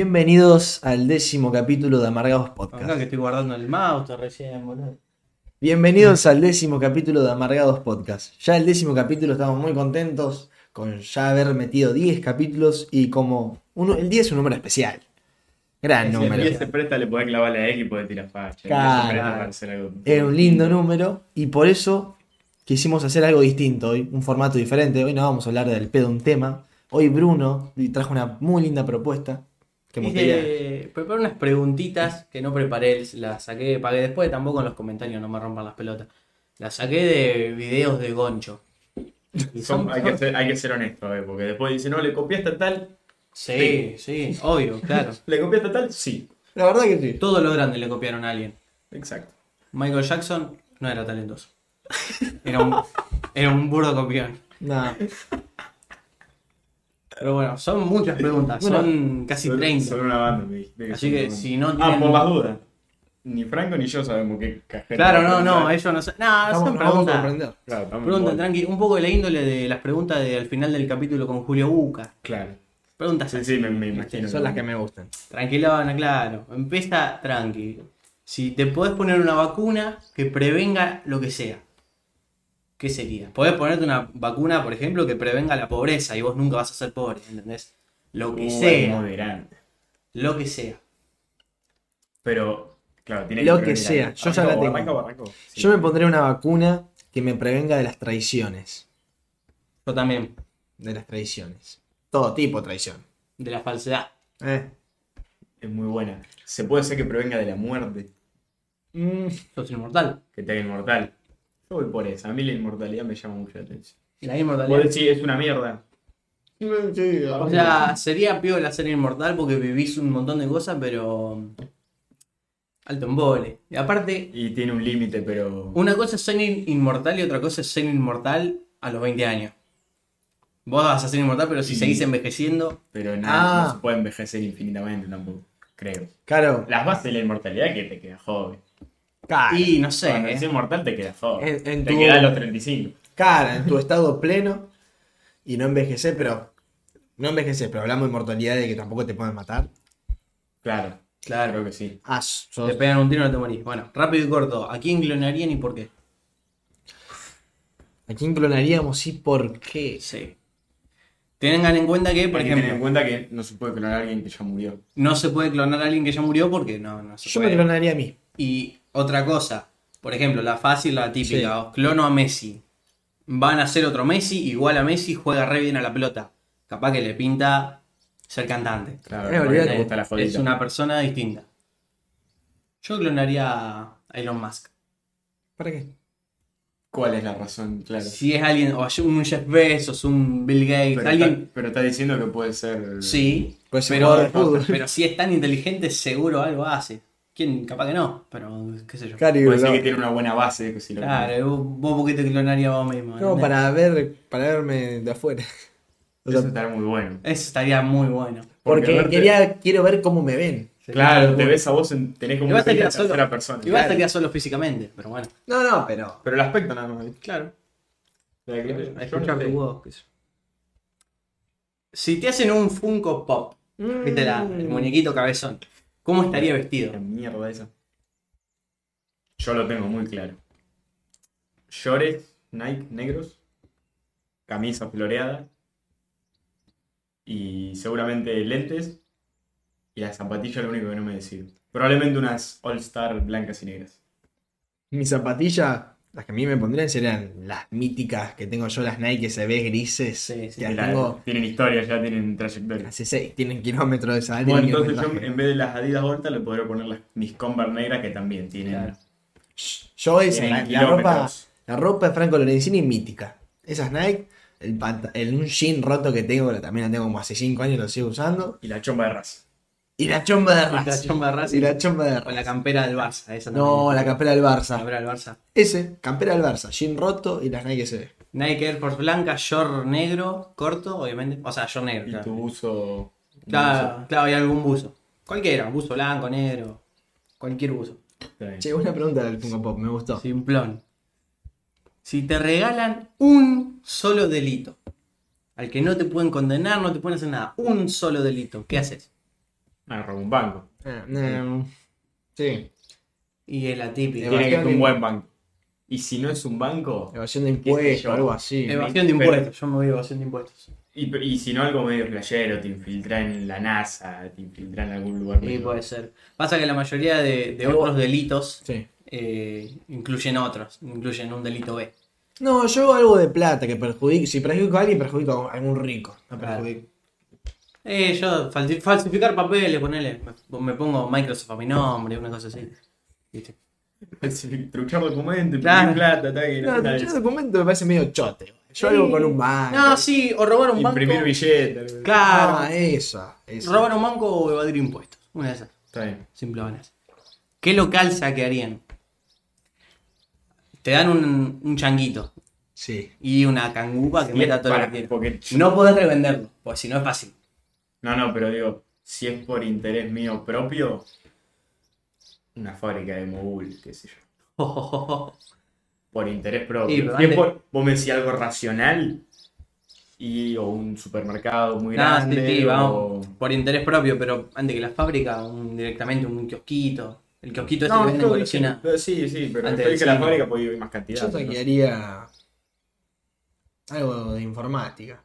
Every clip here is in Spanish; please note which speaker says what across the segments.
Speaker 1: Bienvenidos al décimo capítulo de Amargados
Speaker 2: Acá Ah, que
Speaker 1: Podcast.
Speaker 2: estoy guardando el mouse recién, boludo.
Speaker 1: Bienvenidos al décimo capítulo de Amargados Podcast. Ya el décimo capítulo estamos muy contentos con ya haber metido 10 capítulos y como uno, el 10 es un número especial. Gran
Speaker 3: Si el
Speaker 1: número.
Speaker 3: 10 se presta, le podés clavar la X y podés tirar facha.
Speaker 1: Claro.
Speaker 3: El 10 este se presta para hacer algo.
Speaker 1: Era un lindo número y por eso quisimos hacer algo distinto hoy, un formato diferente. Hoy no vamos a hablar del pedo un tema. Hoy Bruno trajo una muy linda propuesta que me gustaría-
Speaker 2: Hice- preparé unas preguntitas que no preparé, las saqué, pagué después, tampoco en los comentarios, no me rompan las pelotas. Las saqué de videos de Goncho. Y
Speaker 3: Son-
Speaker 2: son,
Speaker 3: hay, que ser, hay que ser honesto, eh, porque después dice, no, le copiaste a tal,
Speaker 2: Sí, sí, obvio, claro.
Speaker 3: le copiaste a tal, sí.
Speaker 1: La verdad que sí.
Speaker 2: Todo lo grande le copiaron a alguien.
Speaker 3: Exacto.
Speaker 2: Michael Jackson no era talentoso. Era un, era un burdo copión.
Speaker 1: No.
Speaker 2: Pero bueno, son muchas preguntas,
Speaker 1: Bueno,
Speaker 2: son casi
Speaker 3: Son-
Speaker 2: 30.
Speaker 3: Son una banda, me dijiste.
Speaker 2: Así
Speaker 3: son
Speaker 2: que
Speaker 3: una
Speaker 2: si
Speaker 3: banda.
Speaker 2: no tienen-
Speaker 3: Ah, por las dudas. Ni Franco ni yo sabemos qué cajeta.
Speaker 2: Claro,
Speaker 3: va
Speaker 2: no,
Speaker 3: a
Speaker 2: no,
Speaker 3: preguntar.
Speaker 2: ellos no saben. No,
Speaker 1: Estamos- nos
Speaker 2: son
Speaker 1: vamos a
Speaker 2: preguntas.
Speaker 1: comprender.
Speaker 3: Claro, estamos
Speaker 2: Pregunta,
Speaker 3: en bola.
Speaker 2: tranqui, un poco de la índole de las preguntas de, al final del capítulo con Julio Buca.
Speaker 3: Claro.
Speaker 2: Preguntas
Speaker 3: Sí,
Speaker 2: así.
Speaker 3: sí, me, me imagino.
Speaker 1: Son las que me gustan.
Speaker 2: Tranquilona, claro. Empieza tranqui. Si te podés poner una vacuna que prevenga lo que sea, ¿qué sería? Podés ponerte una vacuna, por ejemplo, que prevenga la pobreza y vos nunca vas a ser pobre, ¿entendés? Lo que
Speaker 3: Muy
Speaker 2: sea,
Speaker 3: moderante.
Speaker 2: lo que sea.
Speaker 3: Pero, claro, tiene
Speaker 1: Lo
Speaker 3: ver
Speaker 1: que
Speaker 3: el
Speaker 1: sea,
Speaker 3: año.
Speaker 1: yo ya la
Speaker 3: Arranco,
Speaker 1: tengo.
Speaker 3: arranco, arranco. Sí.
Speaker 1: Yo me pondré una vacuna que me prevenga de las traiciones.
Speaker 2: Yo también,
Speaker 1: De las traiciones. Todo tipo de traición.
Speaker 2: de la falsedad.
Speaker 1: Eh.
Speaker 3: Es muy buena. Se puede ser que provenga de la muerte.
Speaker 1: Mm,
Speaker 2: Sos inmortal.
Speaker 3: que te haga inmortal. Yo voy por esa, a mí la inmortalidad me llama mucho la atención.
Speaker 2: La
Speaker 3: Vos
Speaker 2: inmortalidad.
Speaker 3: decís, es una mierda.
Speaker 2: O sea, sería piola ser inmortal porque vivís un montón de cosas, pero. Alto en vole. Y aparte,
Speaker 3: Y tiene un límite, pero.
Speaker 2: una cosa es ser in- inmortal y otra cosa es ser inmortal a los 20 años. Vos vas a ser inmortal, pero si
Speaker 3: Y-
Speaker 2: seguís envejeciendo.
Speaker 3: Pero no,
Speaker 1: Ah.
Speaker 3: no se puede envejecer infinitamente tampoco, creo.
Speaker 1: Claro,
Speaker 3: Las bases de la inmortalidad que te queda joven.
Speaker 1: cara,
Speaker 2: Y no sé,
Speaker 3: Cuando
Speaker 2: eh.
Speaker 3: eres inmortal te queda joven.
Speaker 1: En- en
Speaker 3: te
Speaker 1: tu-
Speaker 3: queda a los 35.
Speaker 1: cara, en tu estado pleno y no envejecer, pero. No envejecer, pero hablamos de inmortalidad de que tampoco te pueden matar.
Speaker 3: Claro, creo
Speaker 2: claro.
Speaker 3: que sí.
Speaker 1: Ah, sos-
Speaker 2: Te pegan un tiro y no te morís. Bueno, rápido y corto. ¿A quién clonarían y por qué?
Speaker 1: ¿A quién clonaríamos y por qué?
Speaker 2: Sí. Tengan en cuenta que, por
Speaker 3: Hay que tener en
Speaker 2: ejemplo,
Speaker 3: cuenta que no se puede clonar a alguien que ya murió.
Speaker 2: no se puede clonar a alguien que ya murió porque no, no se
Speaker 1: Yo
Speaker 2: puede.
Speaker 1: me clonaría a mí.
Speaker 2: Y otra cosa, por ejemplo, la fácil, la típica, os clono a Messi. Van a ser otro Messi, igual a Messi, juega re bien a la pelota. Capaz que le pinta ser cantante.
Speaker 3: Claro,
Speaker 1: Eh,
Speaker 3: porque
Speaker 1: olvídate.
Speaker 3: te gusta la jodita.
Speaker 2: Es una persona distinta. Yo clonaría a Elon Musk.
Speaker 1: ¿Para qué?
Speaker 3: ¿Cuál es la razón? Claro.
Speaker 2: Si es alguien, o un Jeff Bezos, un Bill Gates,
Speaker 3: pero, Pues
Speaker 2: alguien.
Speaker 3: está, pero está diciendo que puede ser.
Speaker 2: Sí,
Speaker 1: Puede ser
Speaker 2: pero,
Speaker 1: jugador de fútbol.
Speaker 2: pero si es tan inteligente, seguro algo hace. ¿Quién? Capaz que no, pero qué sé yo.
Speaker 1: Claro, y
Speaker 3: Puede ser
Speaker 1: lo-
Speaker 3: que tiene una buena base. que si lo
Speaker 2: Claro, vos, vos por qué te clonarías vos mismo.
Speaker 1: no,
Speaker 2: ¿entendés?
Speaker 1: para ver, para verme de afuera. O sea,
Speaker 3: Eso estará muy bueno.
Speaker 2: Eso estaría muy bueno.
Speaker 1: porque
Speaker 3: porque verte-
Speaker 1: quería, quiero ver cómo me ven.
Speaker 3: Claro, te ves a vos, en, tenés como
Speaker 2: Y vas a
Speaker 3: perfil de
Speaker 2: quedar solo.
Speaker 3: tercera persona.
Speaker 2: Y vas
Speaker 3: Claro.
Speaker 2: a quedar solo físicamente, pero bueno.
Speaker 1: No, no, pero.
Speaker 3: Pero el aspecto nada más.
Speaker 2: Claro.
Speaker 3: La que- yo no
Speaker 2: Escuchar
Speaker 3: sé.
Speaker 2: tu voz, qué sé yo. Si te hacen un Funko Pop, viste la, el
Speaker 1: Mm.
Speaker 2: muñequito cabezón, ¿cómo estaría
Speaker 3: La
Speaker 2: vestido?
Speaker 3: mierda esa. Yo lo tengo muy claro. Llores, Nike, negros. Camisa floreada. Y seguramente lentes. Y las zapatillas, lo único que no me decido. Probablemente unas All Star blancas y negras.
Speaker 1: Mis zapatillas, las que a mí me pondrían serían las míticas que tengo yo, las Nike CB grises.
Speaker 2: Sí, sí,
Speaker 1: que
Speaker 3: Que
Speaker 1: las
Speaker 3: la-
Speaker 1: tengo
Speaker 3: Tienen historia, ya tienen trayectoria.
Speaker 1: hace seis, tienen kilómetros de salida.
Speaker 3: Bueno, entonces yo en vez de las Adidas Volta le podría poner las, mis Converse negras que también tienen.
Speaker 2: Claro.
Speaker 1: Yo esa,
Speaker 3: tienen
Speaker 1: la, la ropa,
Speaker 3: kilómetros.
Speaker 1: la ropa de Franco Lorenzini es mítica. Esas Nike, el, pant- el- un jean roto que tengo, que también la tengo como hace cinco años, lo sigo usando.
Speaker 3: Y la chomba de raza.
Speaker 1: Y la chomba de
Speaker 2: La
Speaker 1: Racing.
Speaker 2: chomba de Racing. Ah,
Speaker 1: Y la chomba de
Speaker 2: Con
Speaker 1: Racing.
Speaker 2: la campera del Barça, esa
Speaker 1: No,
Speaker 2: también.
Speaker 1: la campera del
Speaker 2: La
Speaker 1: Barça.
Speaker 2: campera del Barça.
Speaker 1: Ese, campera del Barça, jean roto y las Nike CB.
Speaker 2: Nike Air Force blanca, short negro, corto, obviamente. O sea, short negro.
Speaker 3: Y
Speaker 2: claro.
Speaker 3: tu uso.
Speaker 2: Claro, claro, hay algún buzo. Cualquiera, buzo blanco, negro, cualquier buzo.
Speaker 1: Che, una pregunta del Funko Pop, me gustó.
Speaker 2: Simplón. Si te regalan un solo delito, al que no te pueden condenar, no te pueden hacer nada, un solo delito, ¿qué haces?
Speaker 3: Ah, robó un banco.
Speaker 1: Eh, eh, sí,
Speaker 2: Y es la típica.
Speaker 1: Eva-
Speaker 3: Tiene que ser
Speaker 1: Evasión y-
Speaker 3: un buen banco. Y si no es un banco,
Speaker 1: evasión de
Speaker 3: sé
Speaker 1: impuestos
Speaker 3: yo?
Speaker 1: o algo así.
Speaker 2: Evasión de
Speaker 3: Pero-
Speaker 2: impuestos. Yo me voy a evasión de impuestos.
Speaker 3: y, y si no algo medio playero, te infiltra en la NASA, te infiltra en algún lugar.
Speaker 2: Sí,
Speaker 3: medio-
Speaker 2: puede ser. Pasa que la mayoría de, de
Speaker 1: Algo-
Speaker 2: otros delitos
Speaker 1: Sí.
Speaker 2: eh, incluyen otros. Incluyen un delito B.
Speaker 1: No, yo algo de plata que perjudique. Si perjudico a alguien, perjudico a algún rico. No
Speaker 2: Claro.
Speaker 1: perjudico.
Speaker 2: Eh, yo falsi- falsificar papeles, ponele. Me, me pongo Microsoft a mi nombre, una cosa así. ¿Viste?
Speaker 3: Truchar documentos, pedir
Speaker 2: Claro.
Speaker 3: plata, tal, que no,
Speaker 1: No,
Speaker 3: nada de
Speaker 1: yo
Speaker 3: eso.
Speaker 1: documento me parece medio chote. Yo algo con un banco.
Speaker 2: No, sí, o robar un
Speaker 3: imprimir
Speaker 2: banco.
Speaker 3: billetes. algo.
Speaker 2: Claro.
Speaker 1: Ah, esa. esa.
Speaker 2: robar un banco o evadir impuestos. Una de esas.
Speaker 3: Está bien.
Speaker 2: Simple ganas. ¿Qué local saquearían? Te dan un, un changuito
Speaker 1: Sí.
Speaker 2: y una cangupa que
Speaker 3: Y es
Speaker 2: meta todo lo
Speaker 3: para-
Speaker 2: que quiera.
Speaker 3: porque yo-
Speaker 2: No podés revenderlo, pues si no es fácil.
Speaker 3: No, no, pero digo, si es por interés mío propio, una fábrica de mogul, qué sé yo. Por interés propio.
Speaker 2: Sí, pero
Speaker 3: Si es
Speaker 2: antes-
Speaker 3: por- vos me decís algo racional y o un supermercado muy
Speaker 2: Nada, sí,
Speaker 3: grande.
Speaker 2: Ah, sí,
Speaker 3: o-
Speaker 2: vamos. Por interés propio, pero antes que la fábrica, un- directamente un kiosquito. El kiosquito este
Speaker 3: No,
Speaker 2: que venden
Speaker 3: yo
Speaker 2: con
Speaker 3: dije-
Speaker 2: cocina.
Speaker 3: pero sí, sí, pero
Speaker 2: Antes del
Speaker 3: después que la
Speaker 2: cine.
Speaker 3: fábrica podía haber más cantidad.
Speaker 1: Yo
Speaker 3: ¿no?
Speaker 1: taquearía algo de informática.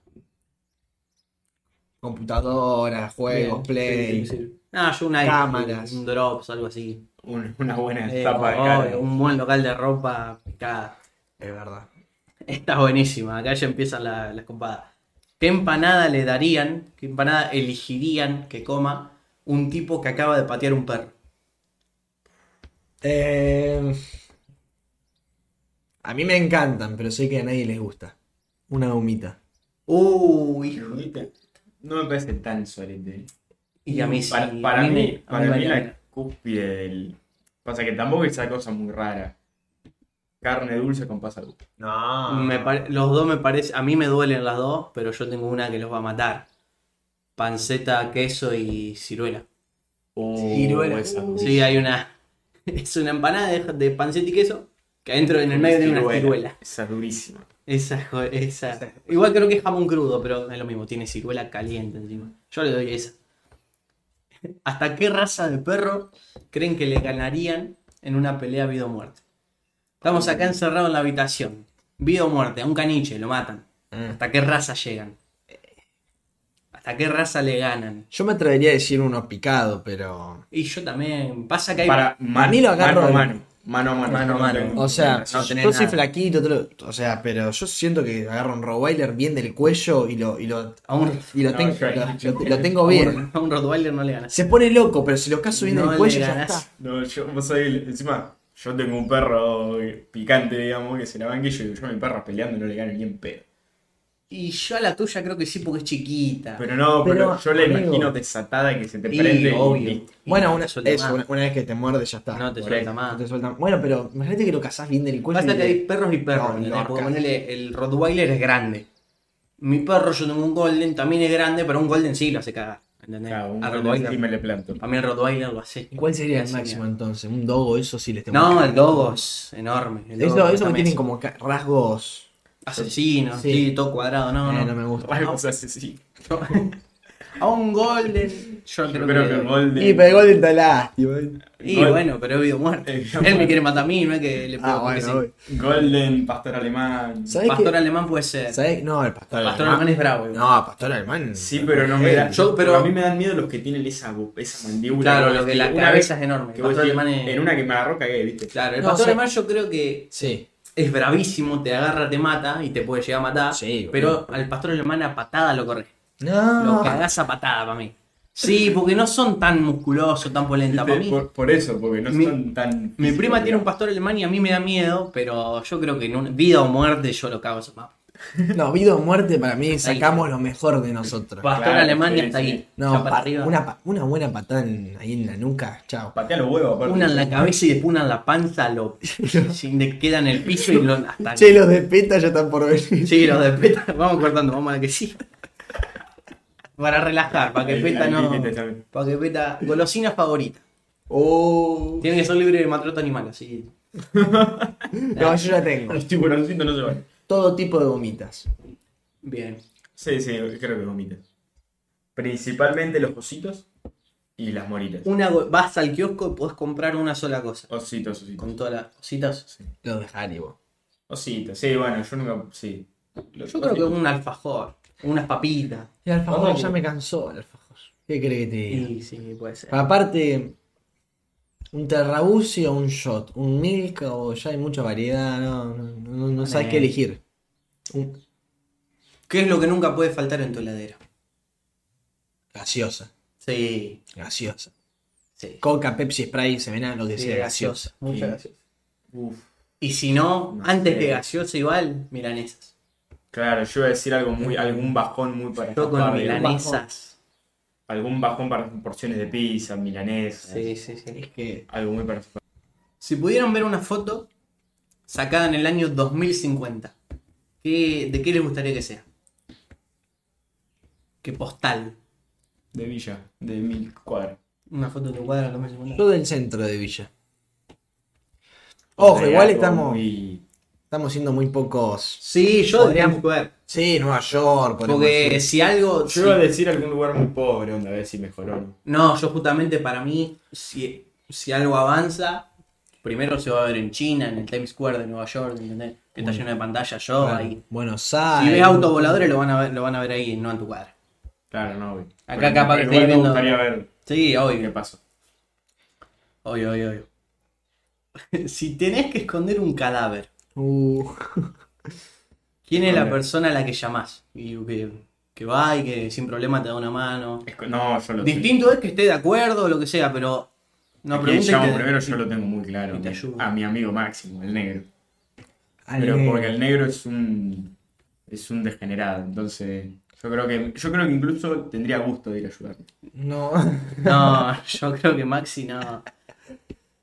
Speaker 1: Computadora, juegos, play.
Speaker 2: Sí, sí, sí. Ah, yo una
Speaker 1: Cámaras.
Speaker 2: un drops, algo así.
Speaker 3: Un- una buena
Speaker 2: Eh,
Speaker 3: tapa de
Speaker 2: oh,
Speaker 3: cara.
Speaker 2: un buen local de ropa picada.
Speaker 1: Es verdad.
Speaker 2: Está buenísima, acá ya empiezan la- las compadas. ¿Qué empanada le darían, qué empanada elegirían que coma un tipo que acaba de patear un perro?
Speaker 1: Eh, a mí me encantan, pero sé que a nadie les gusta. Una gomita.
Speaker 2: Uh, hijo.
Speaker 3: No me parece tan solete.
Speaker 2: Y a mí sí,
Speaker 3: Para,
Speaker 2: a
Speaker 3: para
Speaker 2: mí
Speaker 3: mí,
Speaker 2: me- a mí
Speaker 3: para mí
Speaker 2: vale la
Speaker 3: la
Speaker 2: pena.
Speaker 3: cúspide del. Pasa que tampoco es esa cosa muy rara. Carne dulce con pasa dulce.
Speaker 1: No.
Speaker 2: Me pare- los dos me parece, a mí me duelen las dos, pero yo tengo una que los va a matar. Panceta, queso y ciruela.
Speaker 3: Oh, esa cosa.
Speaker 2: Sí, hay una. Es una empanada de, de panceta y queso que adentro en el medio tiene una ciruela.
Speaker 3: Esa es durísima.
Speaker 2: Esa, jo- esa. Igual creo que es jamón crudo, pero es lo mismo, tiene ciruela caliente encima. Yo le doy esa. ¿Hasta qué raza de perro creen que le ganarían en una pelea vida o muerte? Estamos acá encerrados en la habitación. Vida o muerte, a un caniche, lo matan.
Speaker 1: Eh,
Speaker 2: ¿Hasta qué raza llegan? ¿Hasta qué raza le ganan?
Speaker 1: Yo me atrevería a decir uno picado, pero.
Speaker 2: Y yo también. Pasa que hay.
Speaker 3: Para mano,
Speaker 1: mí lo agarro
Speaker 3: mano a
Speaker 1: de-
Speaker 3: mano. Mano a mano.
Speaker 2: Mano a mano.
Speaker 3: No
Speaker 1: O sea,
Speaker 3: tengo- no tenés
Speaker 1: yo soy
Speaker 3: nada.
Speaker 1: flaquito, todo lo- o sea, pero yo siento que agarro un Rottweiler bien del cuello y lo, y lo,
Speaker 2: A un,
Speaker 1: y lo,
Speaker 3: No,
Speaker 1: tengo,
Speaker 3: yo ahí-
Speaker 1: lo- lo- lo tengo bien.
Speaker 2: a un Rottweiler no le ganas.
Speaker 1: Se pone loco, pero si lo caso bien
Speaker 2: No
Speaker 1: del
Speaker 2: le
Speaker 1: cuello, ya
Speaker 2: ganás.
Speaker 1: está.
Speaker 3: No, yo vos soy el- encima, yo tengo un perro picante, digamos, que se la banque y yo digo, yo a mi perro peleando no le gano ni en pedo.
Speaker 2: Y yo a la tuya creo que sí porque es chiquita.
Speaker 3: Pero no,
Speaker 1: Pero,
Speaker 3: pero, yo la
Speaker 1: amigo.
Speaker 3: imagino desatada que se te
Speaker 2: Y,
Speaker 3: prende
Speaker 2: obvio.
Speaker 3: y listo.
Speaker 1: Bueno,
Speaker 2: no
Speaker 1: una,
Speaker 2: te suelta
Speaker 1: eso,
Speaker 2: más.
Speaker 1: una, una vez que te muerde, ya está.
Speaker 2: No te
Speaker 3: por
Speaker 2: suelta
Speaker 3: ahí.
Speaker 1: No
Speaker 2: más.
Speaker 1: te sueltan. Bueno, pero imagínate que lo casás bien del cuello.
Speaker 2: Pasa
Speaker 1: y
Speaker 2: que
Speaker 1: le-
Speaker 2: hay perros y perros.
Speaker 1: No,
Speaker 2: ¿entendés?
Speaker 1: lorcas.
Speaker 2: porque ponele, el Rottweiler es grande. Mi perro, yo tengo un Golden, también es grande, pero un Golden sí lo hace cagar. ¿Entendés?
Speaker 3: Claro, un
Speaker 2: Al
Speaker 3: golpe
Speaker 2: Rottweiler.
Speaker 3: y me le planto.
Speaker 2: Para mí el Rottweiler lo hace.
Speaker 1: ¿Cuál sería el
Speaker 2: Así,
Speaker 1: máximo este
Speaker 2: mira.
Speaker 1: entonces? Un dogo, eso sí les tengo
Speaker 2: No,
Speaker 1: que-
Speaker 2: el Dogo es enorme. el
Speaker 1: Eso,
Speaker 2: Dogo
Speaker 1: eso que
Speaker 2: también
Speaker 1: tienen
Speaker 2: es
Speaker 1: como ca- rasgos.
Speaker 2: Asesino,
Speaker 1: Sí.
Speaker 2: sí. todo cuadrado. No,
Speaker 1: eh,
Speaker 2: no.
Speaker 1: no me gusta.
Speaker 3: Algo se hace así.
Speaker 2: A un Golden. Yo
Speaker 3: Yo
Speaker 2: creo
Speaker 3: creo
Speaker 2: que-
Speaker 3: que el Golden.
Speaker 1: Y pegó el lástima. eh.
Speaker 2: Y
Speaker 3: Golden.
Speaker 2: bueno, pero he habido muerte.
Speaker 3: Eh,
Speaker 2: Él me quiere matar a mí, no es que le pego
Speaker 1: Ah,
Speaker 2: porque
Speaker 1: bueno,
Speaker 2: sí.
Speaker 1: voy.
Speaker 3: Golden, pastor alemán.
Speaker 1: ¿Sabés
Speaker 2: Pastor
Speaker 1: que-
Speaker 2: alemán puede ser.
Speaker 1: ¿sabés? No, el pastor
Speaker 2: Pastor
Speaker 1: alemán.
Speaker 2: alemán es bravo. igual.
Speaker 1: No, pastor alemán.
Speaker 3: Sí, pero no me da.
Speaker 2: Yo, pero-
Speaker 3: pero a mí me dan miedo los que tienen esa, bo- esa mandíbula.
Speaker 2: Claro,
Speaker 3: que
Speaker 2: lo que la
Speaker 3: una
Speaker 2: cabeza
Speaker 3: vez
Speaker 2: es enorme.
Speaker 3: que
Speaker 2: El
Speaker 3: vos
Speaker 2: pastor
Speaker 3: decís,
Speaker 2: alemán es-
Speaker 3: En una que me agarró cagué, ¿viste?
Speaker 2: Claro, el
Speaker 1: No,
Speaker 2: pastor
Speaker 1: o sea-
Speaker 2: alemán yo creo que
Speaker 1: Sí.
Speaker 2: es bravísimo, te agarra, te mata y te puede llegar a matar.
Speaker 1: Sí,
Speaker 2: pero
Speaker 1: boludo. Ah.
Speaker 2: al pastor alemán a patada lo corres. Lo
Speaker 1: No.
Speaker 2: cagás a patada para mí. Sí, porque no son tan musculosos, tan polenta para
Speaker 3: ¿Viste?
Speaker 2: mí.
Speaker 3: Por, por eso, porque no
Speaker 2: Mi-
Speaker 3: son tan.
Speaker 2: Mi prima
Speaker 3: físicos,
Speaker 2: tiene un pastor alemán y a mí me da miedo, pero yo creo que en un- vida o muerte yo lo cago a ese mapa.
Speaker 1: No, vida o muerte para mí
Speaker 2: Ahí.
Speaker 1: sacamos lo mejor de nosotros.
Speaker 2: Pastor
Speaker 3: Claro,
Speaker 2: alemán
Speaker 3: sí,
Speaker 2: ya está
Speaker 3: sí.
Speaker 2: ahí.
Speaker 1: No,
Speaker 2: ya para
Speaker 1: pa-
Speaker 2: arriba.
Speaker 1: Una, pa- una buena patada en- ahí en la nuca, chao.
Speaker 3: Patea los huevos, aparte.
Speaker 2: Una en la cabeza y después una en la panza, lo sin de- queda en el piso y lo hasta
Speaker 1: Che, los de PETA ya están por venir.
Speaker 2: Sí, los de PETA, vamos cortando, vamos a la que sí. Para relajar, para que
Speaker 3: Ahí-
Speaker 2: PETA
Speaker 3: ahí
Speaker 2: no.
Speaker 3: viste, también.
Speaker 2: Para que PETA. Golosina favorita.
Speaker 1: Oh.
Speaker 2: Tiene que ser libre de maltrato animal, así.
Speaker 1: No, yo ya tengo.
Speaker 3: Los tiburoncitos no se van.
Speaker 1: Todo tipo de gomitas.
Speaker 2: Bien.
Speaker 3: Sí, sí, creo que vomita. Principalmente los ositos. Y las moritas.
Speaker 2: Una, go- vas al kiosco y podés comprar una sola cosa.
Speaker 3: Ositos, ositos.
Speaker 2: Con todas las cositas.
Speaker 3: Sí.
Speaker 1: Los de Haribo.
Speaker 3: Ositos, sí, bueno, yo nunca. Sí. Los
Speaker 2: Yo creo que
Speaker 3: ositos.
Speaker 2: un alfajor, unas papitas.
Speaker 1: El alfajor
Speaker 3: Ojo.
Speaker 1: ya me cansó, el alfajor. ¿Qué crees que te diga?
Speaker 2: Y sí, Ah. puede ser.
Speaker 1: Aparte, un terrabucio o un shot, un milk o ya hay mucha variedad, no, no, no, no sabes
Speaker 2: Eh.
Speaker 1: qué elegir. Un-
Speaker 2: ¿Qué es lo que nunca puede faltar en tu heladera?
Speaker 1: gaseosa,
Speaker 2: Sí,
Speaker 1: gaseosa.
Speaker 2: sí.
Speaker 1: Coca, Pepsi, Sprite, Semená, lo que sea,
Speaker 2: Sí,
Speaker 1: gaseosa.
Speaker 2: Mucha
Speaker 3: Sí.
Speaker 2: gaseosa.
Speaker 3: Uf.
Speaker 2: Y si no,
Speaker 3: No
Speaker 2: antes
Speaker 3: sé.
Speaker 2: que gaseosa igual, milanesas.
Speaker 3: Claro, yo iba a decir algo muy, algún bajón muy para
Speaker 2: Yo con
Speaker 3: escapar de-
Speaker 2: milanesas.
Speaker 3: Algún bajón para porciones de pizza, milanesa.
Speaker 2: Sí, sí, sí.
Speaker 1: Es que
Speaker 3: Algo muy para escapar.
Speaker 2: Si pudieran ver una foto sacada en el año 2050, ¿qué- ¿de qué les gustaría que sea? ¿Qué postal?
Speaker 3: De Villa, de mil cuadras.
Speaker 2: Una foto de tu cuadra, lo más importante.
Speaker 1: yo del centro de Villa. Ojo,
Speaker 3: Sería
Speaker 1: igual
Speaker 3: algo
Speaker 1: estamos,
Speaker 3: muy-
Speaker 1: estamos siendo muy pocos.
Speaker 2: Sí, yo
Speaker 1: Podríamos-
Speaker 2: de Times Square.
Speaker 1: Sí, Nueva York, podemos
Speaker 2: Porque
Speaker 1: decir.
Speaker 2: si algo.
Speaker 3: Yo
Speaker 2: si-
Speaker 3: iba a decir algún lugar muy pobre, onda, a ver si mejoró. ¿no?
Speaker 2: No, yo justamente para mí, si, si algo avanza, primero se va a ver en China, en el Times Square de Nueva York, ¿entendés? Que está
Speaker 1: Mm.
Speaker 2: lleno de pantalla yo
Speaker 1: Claro, Ah,
Speaker 2: ahí.
Speaker 1: Buenos
Speaker 2: Si
Speaker 1: Aires.
Speaker 2: ves autos voladores lo van a ver, lo van a ver ahí, no en tu cuadra.
Speaker 3: Claro, no, güey.
Speaker 2: Acá
Speaker 3: Pero-
Speaker 2: capaz
Speaker 3: pero
Speaker 2: que
Speaker 3: igual
Speaker 2: estoy viendo-
Speaker 3: Me gustaría ver
Speaker 2: Sí,
Speaker 3: qué
Speaker 2: obvio.
Speaker 3: pasó.
Speaker 2: Obvio, obvio, obvio. si tenés que esconder un cadáver,
Speaker 1: Uh,
Speaker 2: ¿quién es la
Speaker 3: Hombre.
Speaker 2: persona a la que llamás? Y que, que va y que sin problema te da una mano.
Speaker 3: Es co- No, yo lo
Speaker 2: Distinto es que esté de acuerdo o lo que sea, pero no
Speaker 3: tengo. Quien
Speaker 2: preguntes.
Speaker 3: llamo
Speaker 2: que-
Speaker 3: primero yo lo tengo muy claro.
Speaker 2: Y te ayudo.
Speaker 3: A mi amigo máximo, el negro.
Speaker 1: al-
Speaker 3: Pero porque el negro es un. es un degenerado. Entonces. Yo creo que. Yo creo que incluso tendría gusto de ir a ayudarme.
Speaker 1: No.
Speaker 2: No, yo creo que Maxi no.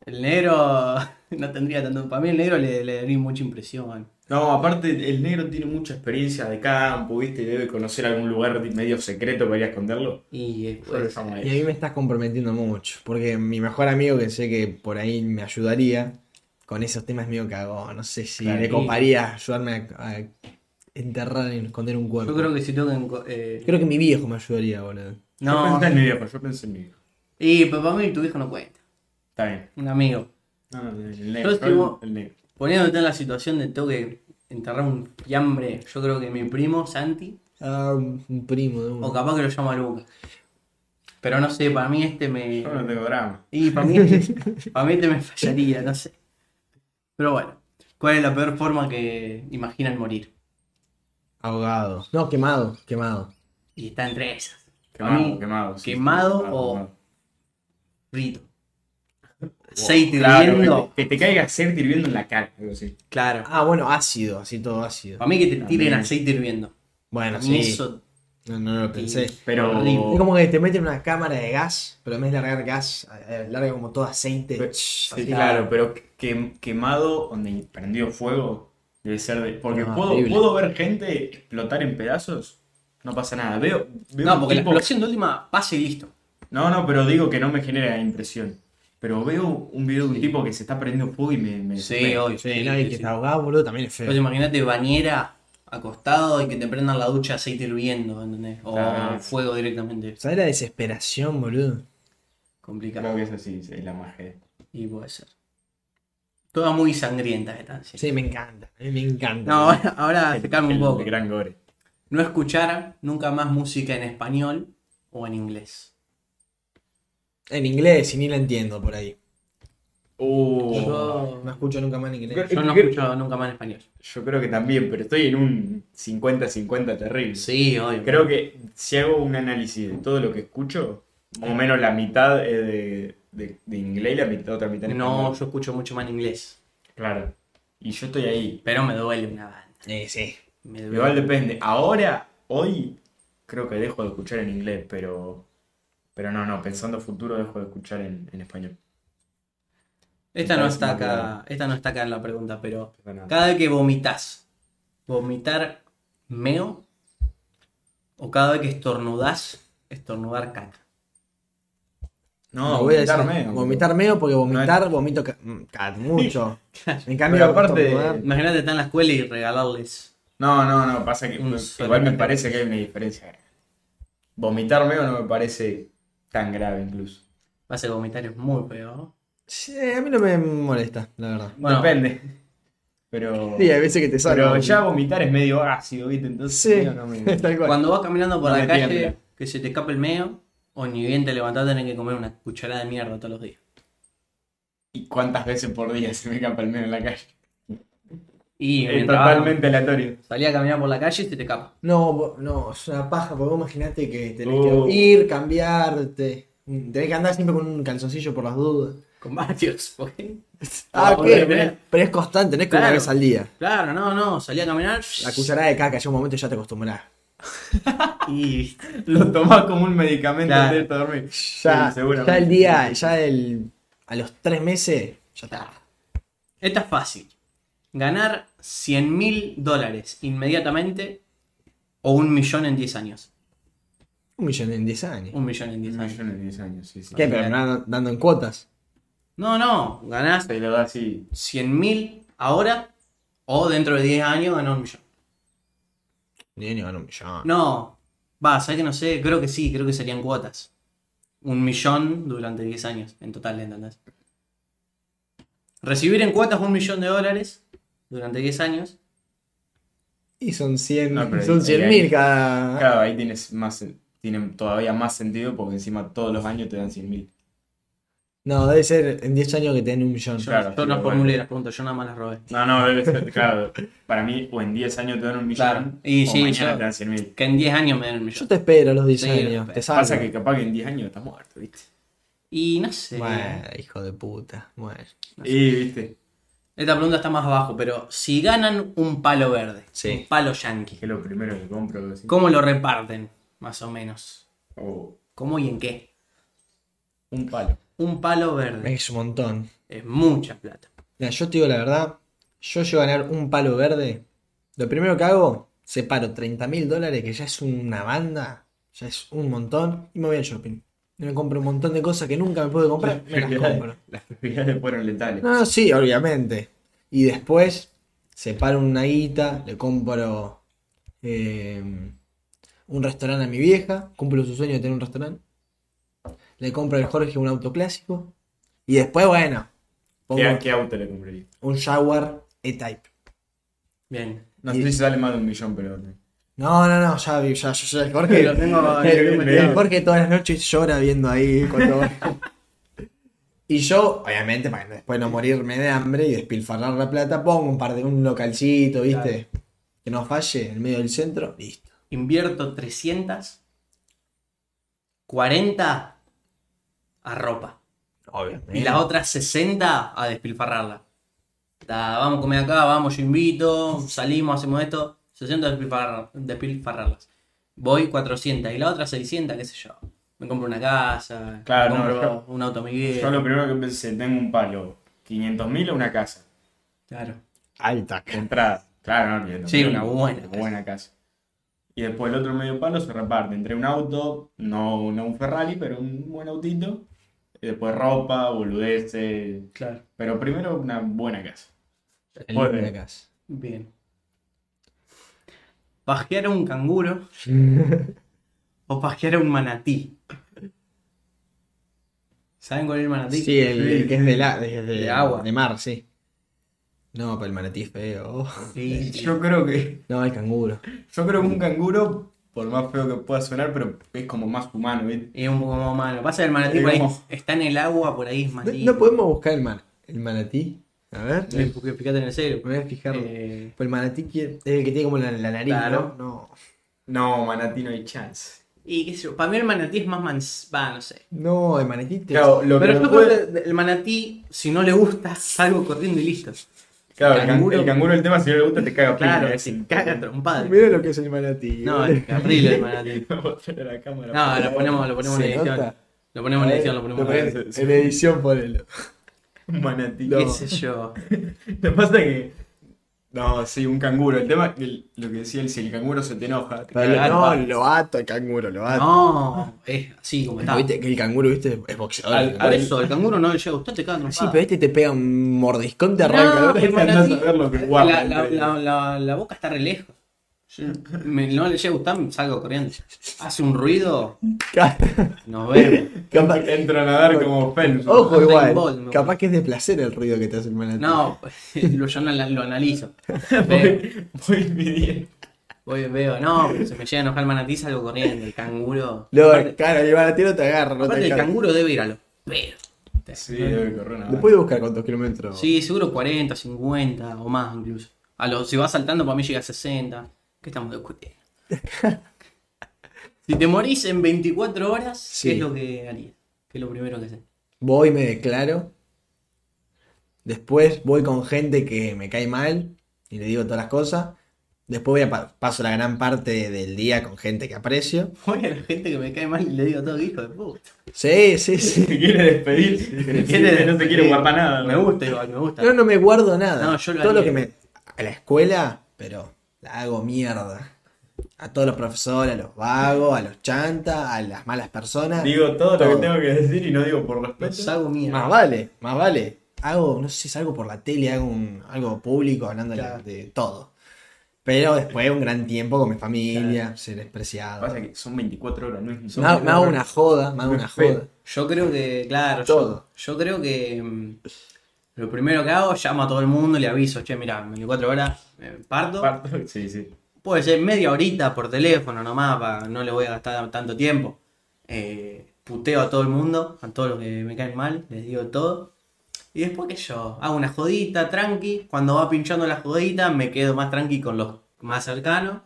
Speaker 2: El negro no tendría tanto. Para mí el negro le, le daría mucha impresión.
Speaker 3: No, aparte el negro tiene mucha experiencia de campo, viste, y debe conocer algún lugar di- medio secreto para ir a esconderlo.
Speaker 2: Y eh,
Speaker 3: Yo lo llamo a
Speaker 1: Y a mí
Speaker 3: él.
Speaker 1: me estás comprometiendo mucho, porque mi mejor amigo que sé que por ahí me ayudaría, con esos temas medio cagón, no sé si
Speaker 3: Claro,
Speaker 1: le
Speaker 3: y-
Speaker 1: coparía ayudarme a, a enterrar y esconder un cuerpo.
Speaker 2: yo creo que si tocan. co- eh,
Speaker 1: Creo que mi viejo me ayudaría, boludo.
Speaker 3: Yo
Speaker 2: no.
Speaker 3: pensé en mi viejo, yo pensé en mi viejo.
Speaker 2: Y pero para mí tu viejo no cuenta.
Speaker 3: Está bien.
Speaker 2: Un amigo.
Speaker 3: No, no, el
Speaker 2: Yo
Speaker 3: negro.
Speaker 2: estuvo-
Speaker 3: el negro.
Speaker 2: Poniéndote en la situación de tengo que enterrar un fiambre. Yo creo que mi primo, Santi.
Speaker 1: Ah, un un primo de uno.
Speaker 2: O capaz que lo llamo a Lucas. Pero no sé, para mí este me.
Speaker 3: Yo no tengo drama.
Speaker 2: Y para mí, este- para mí este me fallaría, no sé. Pero bueno. ¿Cuál es la peor forma que imaginan morir?
Speaker 1: Ahogado. No, quemado, quemado.
Speaker 2: Y está entre esas. A
Speaker 3: Quemado,
Speaker 2: mí,
Speaker 3: quemado. sí,
Speaker 2: quemado
Speaker 3: sí,
Speaker 2: o-
Speaker 3: quemado.
Speaker 2: Rito. Aceite
Speaker 3: Claro,
Speaker 2: hirviendo.
Speaker 3: que, que te caiga aceite hirviendo en la cara. algo así.
Speaker 2: Claro.
Speaker 1: Ah, bueno, ácido, así todo ácido.
Speaker 2: Para mí que te tiren
Speaker 3: También.
Speaker 2: aceite hirviendo.
Speaker 1: Bueno,
Speaker 2: A mí
Speaker 1: sí.
Speaker 2: eso.
Speaker 1: No, no lo pensé.
Speaker 3: Pero.
Speaker 1: Es
Speaker 2: Horrible.
Speaker 1: como que te meten una cámara de gas, pero en vez de largar gas, eh, larga como todo aceite.
Speaker 3: Pero-
Speaker 1: Shhh,
Speaker 3: Sí,
Speaker 1: así.
Speaker 3: claro, pero que- quemado donde prendió fuego debe ser de. Porque
Speaker 1: No,
Speaker 3: puedo,
Speaker 1: horrible.
Speaker 3: puedo ver gente explotar en pedazos, no pasa nada. Veo. veo
Speaker 2: No,
Speaker 3: un
Speaker 2: porque la
Speaker 3: tipo-
Speaker 2: explosión de última pase y listo.
Speaker 3: No, no, pero digo que no me genera impresión. Pero veo un video de un tipo que se está prendiendo fuego y me. me
Speaker 2: Sí,
Speaker 3: desespera.
Speaker 2: obvio.
Speaker 1: Sí, no, y que
Speaker 2: sí.
Speaker 1: está ahogado, boludo, también es feo.
Speaker 2: Entonces imagínate bañera acostado y que te prendan la ducha aceite hirviendo, ¿entendés? O
Speaker 3: Claro.
Speaker 2: fuego directamente.
Speaker 1: ¿Sabes la desesperación, boludo?
Speaker 2: Complicado.
Speaker 3: Creo que es así, sí, la magia.
Speaker 2: Y puede ser. Todas muy sangrientas están. sí.
Speaker 1: Sí, me encanta, a mí me encanta.
Speaker 2: No, ahora, ahora se calma un
Speaker 3: El-
Speaker 2: poco.
Speaker 3: El gran gore.
Speaker 2: No escuchar nunca más música en español o en inglés.
Speaker 1: En inglés, y ni la entiendo por ahí. Oh.
Speaker 3: Uh, yo...
Speaker 2: Yo,
Speaker 1: No escucho nunca más en inglés.
Speaker 2: yo no escucho nunca más en español.
Speaker 3: creo que también, pero estoy en un 50-50 terrible.
Speaker 2: Sí, obvio.
Speaker 3: Creo que si hago un análisis de todo lo que escucho, más o menos la mitad es de, de- de inglés y la mitad, otra mitad en
Speaker 2: No,
Speaker 3: español.
Speaker 2: yo escucho mucho más en inglés.
Speaker 3: Claro. Y yo estoy ahí.
Speaker 2: Pero me duele una banda.
Speaker 1: Eh, sí.
Speaker 2: Me duele.
Speaker 3: Igual depende. Ahora, hoy, creo que dejo de escuchar en inglés, pero. Pero no, no, pensando futuro dejo de escuchar en, en español.
Speaker 2: Esta no está acá. Esta no está acá en la pregunta, pero.
Speaker 3: Pero nada.
Speaker 2: Cada vez que vomitas, vomitar meo. O cada vez que estornudás, estornudar caca.
Speaker 1: No,
Speaker 3: No,
Speaker 1: voy a decir
Speaker 3: vomitarme.
Speaker 1: vomitar medio porque vomitar, vomito ca- mm, ca- mucho. En cambio,
Speaker 3: Pero aparte-
Speaker 1: estornudar-
Speaker 2: Imagínate estar en la escuela y regalarles.
Speaker 3: No, no, no, pasa que
Speaker 2: Un
Speaker 3: igual
Speaker 2: solo
Speaker 3: me
Speaker 2: pecado.
Speaker 3: parece que hay una diferencia. Vomitarme o no me parece tan grave incluso.
Speaker 2: Va a ser comentarios muy feos.
Speaker 1: Sí, a mí no me molesta, la verdad.
Speaker 2: Bueno.
Speaker 3: Depende. Pero.
Speaker 1: Sí, hay veces que te salgo.
Speaker 3: pero ya vomitar es medio ácido, ¿viste? Entonces.
Speaker 1: Sí,
Speaker 3: no, no me-
Speaker 1: tal cual.
Speaker 2: Cuando vas caminando por
Speaker 3: No
Speaker 2: la
Speaker 3: me
Speaker 2: calle,
Speaker 3: tiembla.
Speaker 2: que se te escape el medio, o ni bien te levantás, tenés que comer una cucharada de mierda todos los días.
Speaker 3: ¿Y cuántas veces por día se me escapa el medio en la calle?
Speaker 2: Y
Speaker 3: Es
Speaker 2: mientras
Speaker 3: totalmente aleatorio.
Speaker 2: vas, salí a caminar por la calle y se te escapa.
Speaker 1: No, vos- no, es una paja, porque vos imaginate que tenés
Speaker 3: Uh.
Speaker 1: que ir, cambiarte. Tenés que andar siempre con un calzoncillo por las dudas.
Speaker 2: Con varios, ¿ok?
Speaker 1: Ah,
Speaker 2: ok.
Speaker 1: ¿qué? Pero es constante, tenés que una
Speaker 2: Claro.
Speaker 1: vez al día.
Speaker 2: Claro, no, no, salí a caminar.
Speaker 1: La cucharada de caca, ya un momento ya te acostumbrás.
Speaker 2: Y
Speaker 3: Lo tomás como un medicamento
Speaker 2: Claro.
Speaker 3: antes de irte a dormir.
Speaker 1: Ya,
Speaker 3: Sí, seguramente.
Speaker 1: ya el día, ya el, a los tres meses, ya está.
Speaker 2: esta es fácil. Ganar 100 mil dólares inmediatamente o un millón en 10 años.
Speaker 1: Un millón en diez años.
Speaker 2: Un millón en 10
Speaker 3: Ah,
Speaker 2: años.
Speaker 3: yo no 10 años, sí, sí.
Speaker 1: ¿Qué? Pero dando, dando en cuotas.
Speaker 2: No, no, ganás
Speaker 3: Se lo da así.
Speaker 2: 100 mil ahora o dentro de 10 años ganás un millón.
Speaker 1: Ni ni ganar un millón.
Speaker 2: No, va, sabes que no sé, creo que sí, creo que serían cuotas. Un millón durante 10 años, en total, ¿entendés? Recibir en cuotas un millón de dólares durante 10 años.
Speaker 1: Y son 100,
Speaker 3: No, pero
Speaker 1: son
Speaker 3: ahí-
Speaker 1: 100
Speaker 3: ahí-
Speaker 1: mil cada.
Speaker 3: Claro, ahí tienes más, sen- tiene todavía más sentido porque encima todos los años te dan 100 mil.
Speaker 1: No, debe ser en 10 años que te den un millón.
Speaker 2: Yo,
Speaker 3: Claro,
Speaker 2: yo
Speaker 3: sí,
Speaker 2: no
Speaker 3: igual.
Speaker 2: formulé las preguntas, yo nada más las robé.
Speaker 3: No, no, debe ser, claro. Para mí, o en 10 años te dan un millón,
Speaker 2: Claro. Y
Speaker 3: o
Speaker 2: sí,
Speaker 3: mañana
Speaker 2: yo-
Speaker 3: te dan 100 mil.
Speaker 2: Que en 10 años me den el
Speaker 1: Yo
Speaker 2: millón.
Speaker 1: te espero a los 10
Speaker 2: Sí,
Speaker 1: años.
Speaker 2: lo-
Speaker 1: Te salvo.
Speaker 3: Pasa que capaz que en 10 años estás muerto, ¿viste?
Speaker 2: Y no sé.
Speaker 1: Bueno, hijo de puta. Bueno.
Speaker 3: Y, ¿viste?
Speaker 2: Esta pregunta está más abajo, pero si ganan un palo verde,
Speaker 1: Sí.
Speaker 2: un palo yankee,
Speaker 3: Que es lo primero que compro. así.
Speaker 2: ¿cómo lo reparten? Más o menos.
Speaker 3: O
Speaker 2: ¿Cómo y en qué?
Speaker 3: un palo.
Speaker 2: Un palo verde
Speaker 1: Es un montón.
Speaker 2: es mucha plata.
Speaker 1: Mira, yo te digo la verdad. Yo llego a ganar un palo verde. Lo primero que hago, separo 30 mil dólares, que ya es una banda. Ya es un montón. Y me voy al shopping. Y Me compro un montón de cosas que nunca me pude comprar. Me las compro.
Speaker 3: Las prioridades fueron letales.
Speaker 1: No, sí, obviamente. Y después separo una guita, le compro eh, un restaurante a mi vieja, cumplo su sueño de tener un restaurante. Le compro al Jorge un auto clásico. Y después, bueno, pongo
Speaker 3: ¿Qué, qué auto le compraría?
Speaker 1: un Jaguar E-Type.
Speaker 2: Bien.
Speaker 3: No sé si sale más de un millón, pero. eh,
Speaker 1: No, no, no, ya vi, ya, yo- yo- el
Speaker 2: Lo
Speaker 1: Jorge.
Speaker 2: tengo-
Speaker 1: el-
Speaker 3: lo tengo
Speaker 1: el
Speaker 3: metido.
Speaker 1: Jorge todas las noches llora viendo ahí cuando Y yo, obviamente, para después no morirme de hambre y despilfarrar la plata, pongo un par de un localcito, ¿viste? Que no falle en medio del centro, listo.
Speaker 2: invierto 300, 40 a ropa.
Speaker 1: Obviamente.
Speaker 2: Y las otras 60 a despilfarrarla. Ta, vamos a comer acá, vamos, yo invito, salimos, hacemos esto. 60 a despilfarrar- despilfarrarlas. Voy 400 y la otra 600, qué sé yo. Me compro una casa,
Speaker 3: Claro,
Speaker 2: me compro
Speaker 3: no,
Speaker 2: un auto a mi viejo.
Speaker 3: Yo lo primero que pensé, tengo un palo, 500 mil o una casa.
Speaker 2: Claro.
Speaker 1: Alta.
Speaker 3: de entrada. Claro, no, bien,
Speaker 2: Sí,
Speaker 3: bien,
Speaker 2: una buena casa.
Speaker 3: buena casa. Y después el otro medio palo se reparte entre un auto, no, no un Ferrari, pero un buen autito. Y después ropa, boludeces.
Speaker 2: Claro.
Speaker 3: Pero primero una buena casa.
Speaker 1: El
Speaker 3: Joder.
Speaker 1: número de casa.
Speaker 2: Bien. Pajear a un canguro Mm. o pajear a un manatí. ¿Saben cuál es el manatí?
Speaker 1: Sí, el, el que es de, la, de,
Speaker 2: De agua.
Speaker 1: De mar, sí. No, pero el manatí es feo.
Speaker 2: Sí, sí.
Speaker 3: Yo creo que.
Speaker 1: No, el canguro.
Speaker 3: Yo creo que un canguro, por más feo que pueda sonar, pero es como más humano, ¿viste?
Speaker 2: Es un poco más humano. Pasa que el manatí por ahí está en el agua, por ahí es más
Speaker 1: No,
Speaker 2: lindo.
Speaker 1: no podemos buscar el man, el manatí. A ver.
Speaker 2: Eh, porque fíjate en el
Speaker 1: Me
Speaker 2: cero.
Speaker 1: voy a fijar.
Speaker 2: Eh,
Speaker 1: Pues el manatí que- es el que tiene como la, la nariz,
Speaker 2: Claro.
Speaker 1: ¿no?
Speaker 3: No, manatí no hay chance.
Speaker 2: y qué sé yo, para mí el manatí es más mans... Va, no sé.
Speaker 1: No, no el manatí te-
Speaker 3: Claro, lo
Speaker 2: Pero
Speaker 3: que
Speaker 2: yo
Speaker 3: me
Speaker 2: creo
Speaker 3: puede-
Speaker 2: que el manatí, si no le gusta, salgo corriendo y listo.
Speaker 3: Claro, el
Speaker 2: canguro-
Speaker 3: canguro, el canguro, el tema, si no le gusta, te caga.
Speaker 2: Claro,
Speaker 3: piña,
Speaker 2: se
Speaker 3: es-
Speaker 2: caga trompada.
Speaker 1: Mira lo que es el manatí.
Speaker 2: No,
Speaker 1: eh.
Speaker 2: es terrible el manatí.
Speaker 3: Vamos a poner a la cámara.
Speaker 2: No, lo ponemos, lo ponemos en
Speaker 1: Se
Speaker 2: edición.
Speaker 1: nota.
Speaker 2: Lo ponemos en
Speaker 1: A ver,
Speaker 2: edición, lo ponemos
Speaker 1: lo
Speaker 2: en edición.
Speaker 1: ponés
Speaker 3: edición.
Speaker 1: en edición, ponelo.
Speaker 3: Un manatí.
Speaker 2: ¿Qué sé yo?
Speaker 3: Lo que pasa es que. No, sí, un canguro. El tema, el- lo que decía él, si el canguro se te enoja. te
Speaker 1: Pero
Speaker 3: caga
Speaker 1: no,
Speaker 3: la pata.
Speaker 1: lo ato el canguro, lo ato.
Speaker 2: No, es así como está.
Speaker 1: Viste que el canguro, viste, es boxeador.
Speaker 3: Al-
Speaker 1: el
Speaker 2: Por
Speaker 1: canguro.
Speaker 3: al-
Speaker 2: eso, el canguro no le llega a usted, te caga
Speaker 1: sí,
Speaker 2: trompada.
Speaker 1: pero este te pega un mordiscón, te
Speaker 2: No,
Speaker 1: arranca.
Speaker 2: el
Speaker 3: Andá a
Speaker 2: manatí-
Speaker 3: saber lo que guarda
Speaker 2: la, la-
Speaker 3: entre-
Speaker 2: la- la- la boca está re lejos. Yo- me- no le llega a gustar, salgo corriendo. Hace un ruido, nos vemos.
Speaker 1: Capaz-
Speaker 3: Entro a nadar como Fénix.
Speaker 1: Ojo
Speaker 2: Anda
Speaker 1: igual,
Speaker 2: en bol, me
Speaker 1: capaz que es de placer el ruido que te hace el manatí.
Speaker 2: No, lo- yo no la- lo analizo. Veo,
Speaker 3: Voy, voy midiendo.
Speaker 2: voy- veo, no, pero se me llega a enojar el manatí, salgo corriendo. El canguro.
Speaker 1: Luego,
Speaker 2: aparte,
Speaker 1: claro, el manatí no te agarra, no
Speaker 2: aparte
Speaker 1: te
Speaker 2: el
Speaker 1: agarra.
Speaker 2: canguro debe ir a los pedos.
Speaker 3: Sí, debe correr una
Speaker 1: Le puedes buscar cuántos kilómetros.
Speaker 2: Sí, seguro 40, 50 o más incluso. A los, si vas saltando, para mí llega a 60. ¿Qué estamos discutiendo? si te morís en 24 horas,
Speaker 1: Sí.
Speaker 2: ¿qué es lo que haría? ¿Qué es lo primero que haces?
Speaker 1: Voy, me declaro. Después voy con gente que me cae mal y le digo todas las cosas. Después voy a pa- paso la gran parte del día con gente que aprecio.
Speaker 2: Voy a la gente que me cae mal y le digo todo, hijo de puta.
Speaker 1: Sí, sí, sí.
Speaker 3: Se quiere despedir. Se quiere- no se quiere guapar nada.
Speaker 2: Eh, Me gusta igual, me gusta.
Speaker 1: No, no me guardo nada.
Speaker 2: No, yo lo
Speaker 1: Todo
Speaker 2: haría.
Speaker 1: lo que me. A la escuela, pero la hago mierda. A todos los profesores, a los vagos, a los chantas, a las malas personas.
Speaker 3: Digo todo, lo
Speaker 1: Todo.
Speaker 3: que tengo que decir y no digo por
Speaker 2: Los
Speaker 3: respeto.
Speaker 2: hago mierda.
Speaker 1: Más vale, más vale. Hago, no sé si salgo por la tele, hago un- algo público hablando de-
Speaker 2: Claro.
Speaker 1: de todo. Pero después un gran tiempo con mi familia, ser despreciado.
Speaker 3: Pasa que son 24 horas, no es
Speaker 1: Me hago, me hago una joda, me hago una
Speaker 3: Respeto.
Speaker 1: joda.
Speaker 2: Yo creo que, claro,
Speaker 1: Todo.
Speaker 2: Yo, yo creo que mm, lo primero que hago, llamo a todo el mundo y le aviso, che, mirá, en 24 horas eh, parto.
Speaker 3: Parto- Sí, sí.
Speaker 2: Puede ser media horita por teléfono nomás, pa- no le voy a gastar tanto tiempo. Eh, puteo a todo el mundo, a todos los que me caen mal, les digo todo. Y después que yo hago una jodita tranqui, cuando va pinchando la jodita me quedo más tranqui con los más cercanos.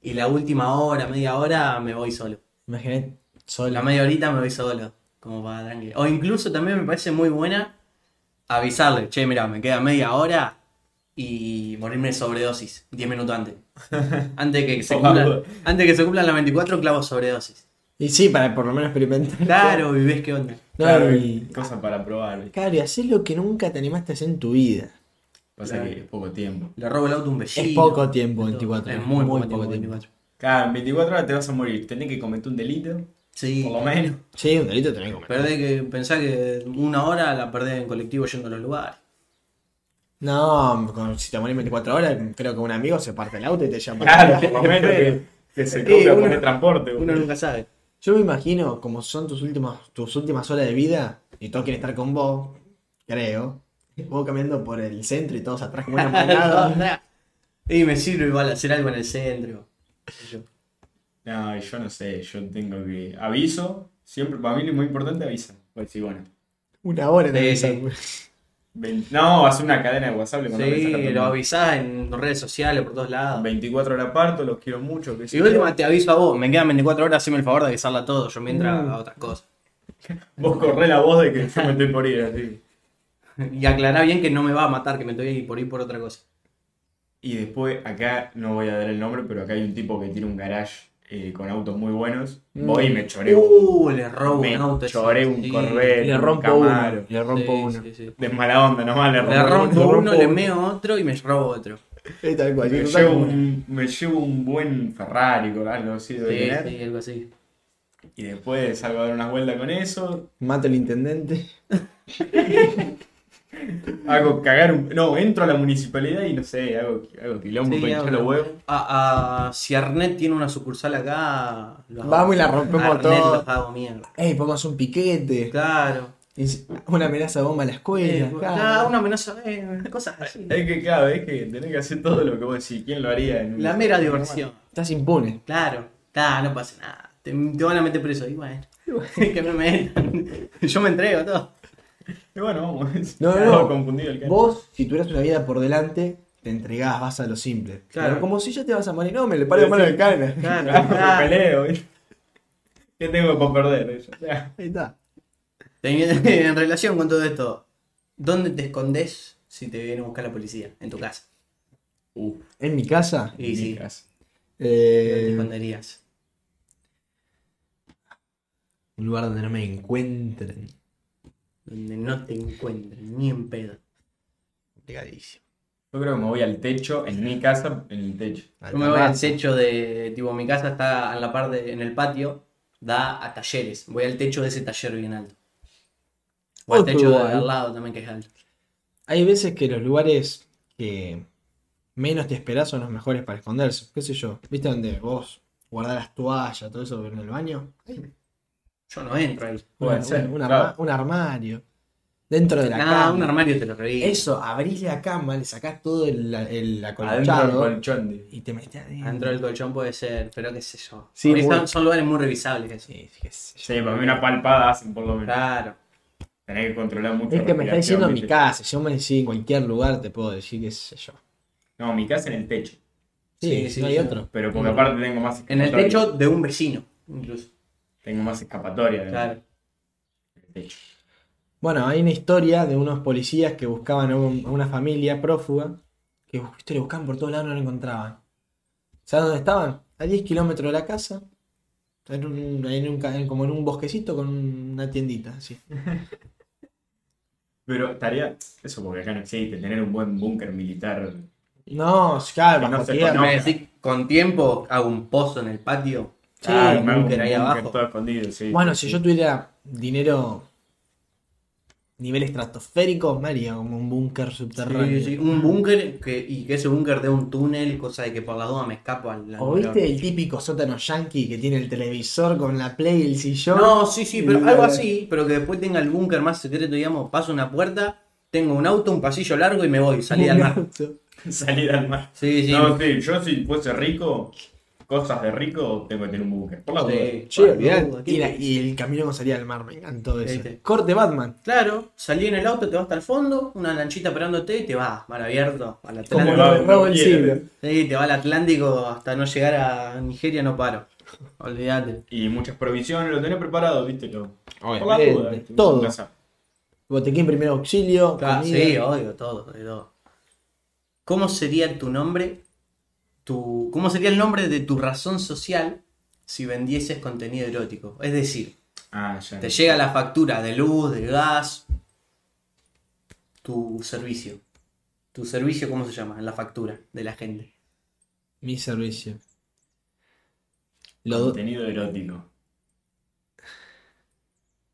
Speaker 2: Y la última hora, media hora, me voy solo.
Speaker 1: Imagínate, soy
Speaker 2: La media horita me voy solo, como para tranqui. O incluso también me parece muy buena avisarle, che, mira, me queda media hora y morirme de sobredosis 10 minutos antes. Antes que se
Speaker 3: Por la
Speaker 2: cumplan,
Speaker 3: duda.
Speaker 2: antes que se cumplan las 24 clavo sobredosis.
Speaker 1: Y sí, para por lo menos experimentar.
Speaker 2: Claro, y ves qué onda.
Speaker 1: No,
Speaker 3: Claro,
Speaker 1: y,
Speaker 3: cosa para probar.
Speaker 1: claro, y hacer lo que nunca te animaste a hacer en tu vida.
Speaker 3: Pasa
Speaker 2: Claro.
Speaker 3: que es poco tiempo.
Speaker 2: Le robo el auto a un vecino.
Speaker 1: Es poco tiempo, 24.
Speaker 2: Es muy, poco, tiempo, 24.
Speaker 3: Claro, en 24 horas te vas a morir. Tenés que cometer un delito,
Speaker 2: Sí.
Speaker 3: por lo menos.
Speaker 1: Sí, un delito tenés que comer.
Speaker 2: Perdé que, pensá que una hora la perdés en colectivo yendo a los lugares.
Speaker 1: No, con- si te morís 24 horas, creo que un amigo se parte el auto y te llama.
Speaker 3: Claro, por lo menos que, que
Speaker 1: Sí,
Speaker 3: se copia
Speaker 1: uno-
Speaker 3: por el transporte.
Speaker 2: Uno nunca sabe.
Speaker 1: Yo me imagino como son tus últimas, tus últimas horas de vida y todos quieren estar con vos, creo. Vos caminando por el centro y todos atrás como un amargado.
Speaker 2: y me sirve igual hacer algo en el centro. qué sé yo.
Speaker 3: No, yo no sé, yo tengo que. Aviso, siempre, para mí lo muy importante avisa. Pues sí, bueno.
Speaker 1: Una hora en el
Speaker 2: Sí,
Speaker 1: centro.
Speaker 3: Vein- No, hace una cadena de WhatsApp le mandás mensaje a todo
Speaker 2: Sí,
Speaker 3: el
Speaker 2: lo
Speaker 3: mundo.
Speaker 2: avisás en redes sociales por todos lados.
Speaker 3: 24 horas parto, los quiero mucho. Que
Speaker 2: Y última te aviso a vos, me quedan 24 horas, haceme el favor de avisarla a todos, yo
Speaker 1: Mm.
Speaker 2: mientras a otras cosas.
Speaker 3: Vos corré la voz de que yo me estoy por ir, así.
Speaker 2: Y aclará bien que no me va a matar, que me estoy ahí por ir por otra cosa.
Speaker 3: Y después, acá no voy a dar el nombre, pero acá hay un tipo que tiene un garage eh, con autos muy buenos. Voy y me choré un,
Speaker 2: Mm. Uh, le robo
Speaker 3: me
Speaker 2: un auto. ese.
Speaker 3: choré un
Speaker 2: Sí,
Speaker 3: Corvette,
Speaker 1: Le
Speaker 3: un
Speaker 1: rompo
Speaker 3: Camaro.
Speaker 1: uno. Le
Speaker 2: sí,
Speaker 1: rompo uno.
Speaker 2: sí, sí.
Speaker 3: De mala onda nomás, le rompo,
Speaker 2: Le rompo
Speaker 1: rompo
Speaker 2: uno, le
Speaker 1: uno.
Speaker 2: meo otro y me robo otro.
Speaker 1: Eh, tal cual,
Speaker 3: Me
Speaker 1: yo
Speaker 3: llevo,
Speaker 1: como-
Speaker 3: un, me llevo un buen Ferrari, con algo así de
Speaker 2: Sí,
Speaker 3: tener.
Speaker 2: sí, algo así.
Speaker 3: Y después salgo a dar unas vueltas con eso.
Speaker 1: Mato al intendente.
Speaker 3: Hago cagar un. No, entro a la municipalidad y no sé, hago, hago quilombo,
Speaker 2: Sí,
Speaker 3: me hincho
Speaker 2: algo-
Speaker 3: los huevos.
Speaker 2: A, a- si Arnet tiene una sucursal acá, lo hago.
Speaker 1: Vamos y la rompemos
Speaker 2: Arnet
Speaker 1: todo.
Speaker 2: los hago mierda.
Speaker 1: Ey, podemos hacer un piquete.
Speaker 2: Claro.
Speaker 1: Y si- Una amenaza de bomba a la escuela.
Speaker 2: Eh,
Speaker 1: claro.
Speaker 2: ah, una amenaza, eh, cosas así.
Speaker 3: Es que claro, es que tenés que hacer todo lo que vos decís. ¿Quién lo haría en un-
Speaker 2: La mera diversión.
Speaker 1: Estás impune.
Speaker 2: Claro, claro, no pasa nada. Te, te van a meter preso. Y bueno, que me metan. Yo me entrego todo.
Speaker 3: Y bueno, vamos.
Speaker 1: No, no,
Speaker 3: Estaba
Speaker 1: no.
Speaker 3: confundido el cara.
Speaker 1: Vos, si tuvieras una vida por delante, te entregás, vas a lo simple.
Speaker 2: Claro.
Speaker 1: Pero como si ya te vas a morir. No, me le paro mano de cana.
Speaker 2: Claro,
Speaker 3: Ah, me
Speaker 2: claro.
Speaker 3: peleo, ¿viste? ¿Qué tengo por perder? Eso? O sea,
Speaker 1: Ahí está.
Speaker 2: Teniendo- En relación con todo esto, ¿dónde te escondes si te viene a buscar la policía? En tu casa.
Speaker 3: uh,
Speaker 1: En mi casa.
Speaker 2: Y sí, ¿dónde
Speaker 3: micas.
Speaker 2: te
Speaker 1: Eh,
Speaker 2: esconderías?
Speaker 1: Un lugar donde no me encuentren.
Speaker 2: Donde no te encuentren, ni en pedo.
Speaker 1: Complicadísimo.
Speaker 3: Yo creo que me voy al techo, en mi casa, en el techo.
Speaker 2: Yo me voy al techo de. Tipo, mi casa está a la par de. En el patio, da a talleres. Voy al techo de ese taller bien alto. O al
Speaker 1: Otro
Speaker 2: techo de
Speaker 1: lugar.
Speaker 2: al lado también que es alto.
Speaker 1: Hay veces que los lugares que menos te esperás son los mejores para esconderse. ¿Qué sé yo? ¿Viste donde vos guardás las toallas, todo eso en el baño?
Speaker 2: Yo no entro ahí.
Speaker 3: Puede
Speaker 1: Bueno,
Speaker 3: ser,
Speaker 1: un, arma-
Speaker 3: claro.
Speaker 1: un armario. Dentro de la
Speaker 2: Ah,
Speaker 1: cama.
Speaker 2: un armario te lo reí.
Speaker 1: Eso, abrís la cama, le sacás todo el, el
Speaker 3: Adentro del
Speaker 1: acolchado
Speaker 3: colchón. digo.
Speaker 1: y te metés adentro.
Speaker 2: Adentro del colchón puede ser, pero qué sé yo.
Speaker 1: Sí,
Speaker 2: Ahorita
Speaker 1: bueno.
Speaker 2: son, son lugares muy revisables. eso.
Speaker 1: Sí, qué sé yo.
Speaker 3: Sí, para mí una palpada hacen por lo menos.
Speaker 2: Claro.
Speaker 3: Tenés que controlar mucho.
Speaker 1: Es que me está diciendo mi
Speaker 3: respiración,
Speaker 1: casa, yo me decís en cualquier lugar te puedo decir qué sé yo.
Speaker 3: ¿viste? No, mi casa en el techo.
Speaker 1: Sí,
Speaker 2: Sí, sí,
Speaker 1: no hay
Speaker 2: sí.
Speaker 1: otro.
Speaker 3: Pero porque
Speaker 1: Mm.
Speaker 3: aparte tengo más
Speaker 2: En el
Speaker 3: escapatoria.
Speaker 2: techo de un vecino, incluso.
Speaker 3: Tengo más escapatoria.
Speaker 2: Claro.
Speaker 3: en el techo.
Speaker 1: Bueno, hay una historia de unos policías que buscaban a, un- a una familia prófuga, que bus- viste, lo buscaban por todos lados, no lo encontraban. ¿Sabes dónde estaban? A 10 kilómetros de la casa, en un- en un ca- en- como en un bosquecito con una tiendita, así.
Speaker 3: Pero estaría. Eso porque acá no existe, tener un buen búnker militar.
Speaker 1: No, ya,
Speaker 3: Que no
Speaker 1: bajo
Speaker 3: se
Speaker 1: tierra.
Speaker 3: No,
Speaker 2: Me decís, con tiempo hago un pozo en el patio.
Speaker 1: Sí,
Speaker 3: Ah,
Speaker 2: un
Speaker 3: me hago
Speaker 2: búnker ahí abajo.
Speaker 3: todo escondido, sí.
Speaker 1: Bueno,
Speaker 3: Sí,
Speaker 1: si
Speaker 3: sí.
Speaker 1: yo tuviera dinero nivel estratosférico, me haría como un búnker subterráneo.
Speaker 2: Sí, sí, un búnker que, y que ese búnker dé un túnel, cosa de que por las dudas me escapo al. al-
Speaker 1: ¿O viste el típico sótano yankee que tiene el televisor con la play y el sillón?
Speaker 2: No, sí, sí, pero algo así, pero que después tenga el búnker más secreto, digamos, paso una puerta, tengo un auto, un pasillo largo y me voy, salida al mar.
Speaker 3: Salir al mar.
Speaker 2: Sí, sí.
Speaker 3: No, sí, yo si fuese rico, cosas de rico, tengo que tener un búnker. Por la duda.
Speaker 2: Sí,
Speaker 1: Che,
Speaker 2: por
Speaker 1: olvidate.
Speaker 2: dudas,
Speaker 1: Mira,
Speaker 2: ¿qué?
Speaker 1: y el camino como salía al mar, me encantó eso.
Speaker 2: Viste.
Speaker 1: Corte Batman.
Speaker 2: Claro, salí en el auto, te vas hasta el fondo, una lanchita esperándote y te vas, mar abierto, al
Speaker 1: Como
Speaker 2: Atlántico.
Speaker 3: va?
Speaker 1: el robo del
Speaker 3: quiere.
Speaker 1: siglo.
Speaker 2: Sí, te va al Atlántico hasta no llegar a Nigeria, no paro. Olvídate.
Speaker 3: Y muchas provisiones, lo tenés preparado, viste. Lo... Por la
Speaker 1: Eh,
Speaker 3: duda. ¿viste?
Speaker 1: todo.
Speaker 3: Nunca sabes.
Speaker 1: Botequín primer auxilio.
Speaker 2: Claro,
Speaker 1: comida.
Speaker 2: sí, obvio, todo, de todo. ¿Cómo sería tu nombre? Tu, ¿Cómo sería el nombre de tu razón social si vendieses contenido erótico? Es decir,
Speaker 3: Ah, ya.
Speaker 2: te llega la factura de luz, de gas, tu servicio. ¿Tu servicio cómo se llama? En la factura de la gente.
Speaker 1: Mi servicio. Lo
Speaker 3: Contenido erótico.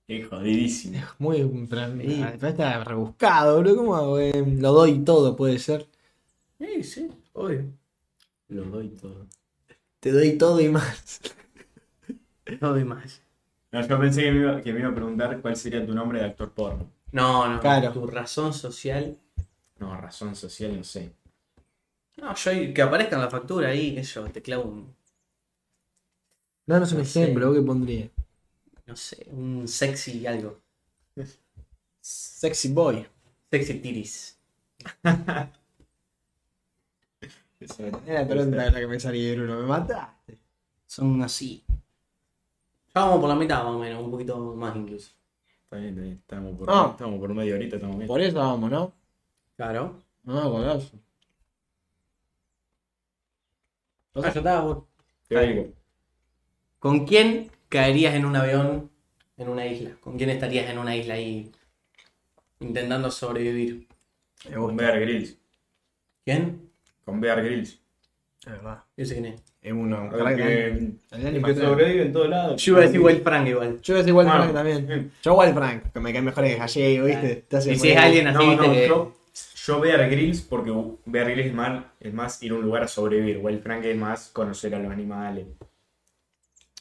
Speaker 3: Es jodidísimo.
Speaker 1: muy pero-
Speaker 2: Sí.
Speaker 1: ah, está rebuscado, bro. ¿Cómo hago? Eh, lo doy todo, puede ser.
Speaker 2: Sí, sí, obvio.
Speaker 3: Lo doy todo.
Speaker 1: Te doy todo y más.
Speaker 2: No doy más.
Speaker 3: No, yo pensé que me, iba, que me iba a preguntar cuál sería tu nombre de actor porno.
Speaker 2: No, no,
Speaker 1: Claro.
Speaker 2: tu razón social.
Speaker 3: No, razón social, no sé.
Speaker 2: No, yo que aparezca en la factura ahí, qué sé yo, te clavo un,
Speaker 1: Danos un
Speaker 2: No sé.
Speaker 1: ejemplo, ¿qué pondría?
Speaker 2: no sé, un sexy algo.
Speaker 1: Sexy boy.
Speaker 2: Sexy tiris.
Speaker 3: Eso-
Speaker 1: Era tonta la que me salía, Bruno. Me mataste.
Speaker 2: Son así. Ya vamos por la mitad más o menos, un poquito más incluso.
Speaker 3: Está bien, está bien. Estamos por,
Speaker 1: Ah.
Speaker 3: estamos por media horita, estamos bien.
Speaker 1: Por eso vamos, ¿no?
Speaker 2: Claro.
Speaker 1: No, con eso.
Speaker 2: Ah, ya está, vos.
Speaker 3: Te oigo.
Speaker 2: ¿Con quién caerías en un avión en una isla? ¿Con quién estarías en una isla ahí intentando sobrevivir?
Speaker 3: Con Bear Grylls.
Speaker 2: ¿Quién?
Speaker 3: Con Bear Grylls.
Speaker 1: Es verdad.
Speaker 2: Yo sé quién es.
Speaker 1: Es
Speaker 2: Ah,
Speaker 1: uno.
Speaker 3: El que,
Speaker 1: El
Speaker 3: el
Speaker 1: anime
Speaker 3: que sobrevive en todos lados.
Speaker 2: Yo iba a decir Wild Frank igual.
Speaker 1: Yo voy a decir Wild
Speaker 3: Ah,
Speaker 1: Frank también.
Speaker 3: bien.
Speaker 1: Yo Wild Frank, que me cae mejor que Gallego, ¿viste? Te hace
Speaker 2: Y si
Speaker 1: muy-
Speaker 2: es alguien así,
Speaker 3: No,
Speaker 2: viste
Speaker 3: no,
Speaker 2: que-
Speaker 3: yo, yo Bear Grylls porque Bear Grylls es más, es más ir a un lugar a sobrevivir. Wild Frank es más conocer a los animales.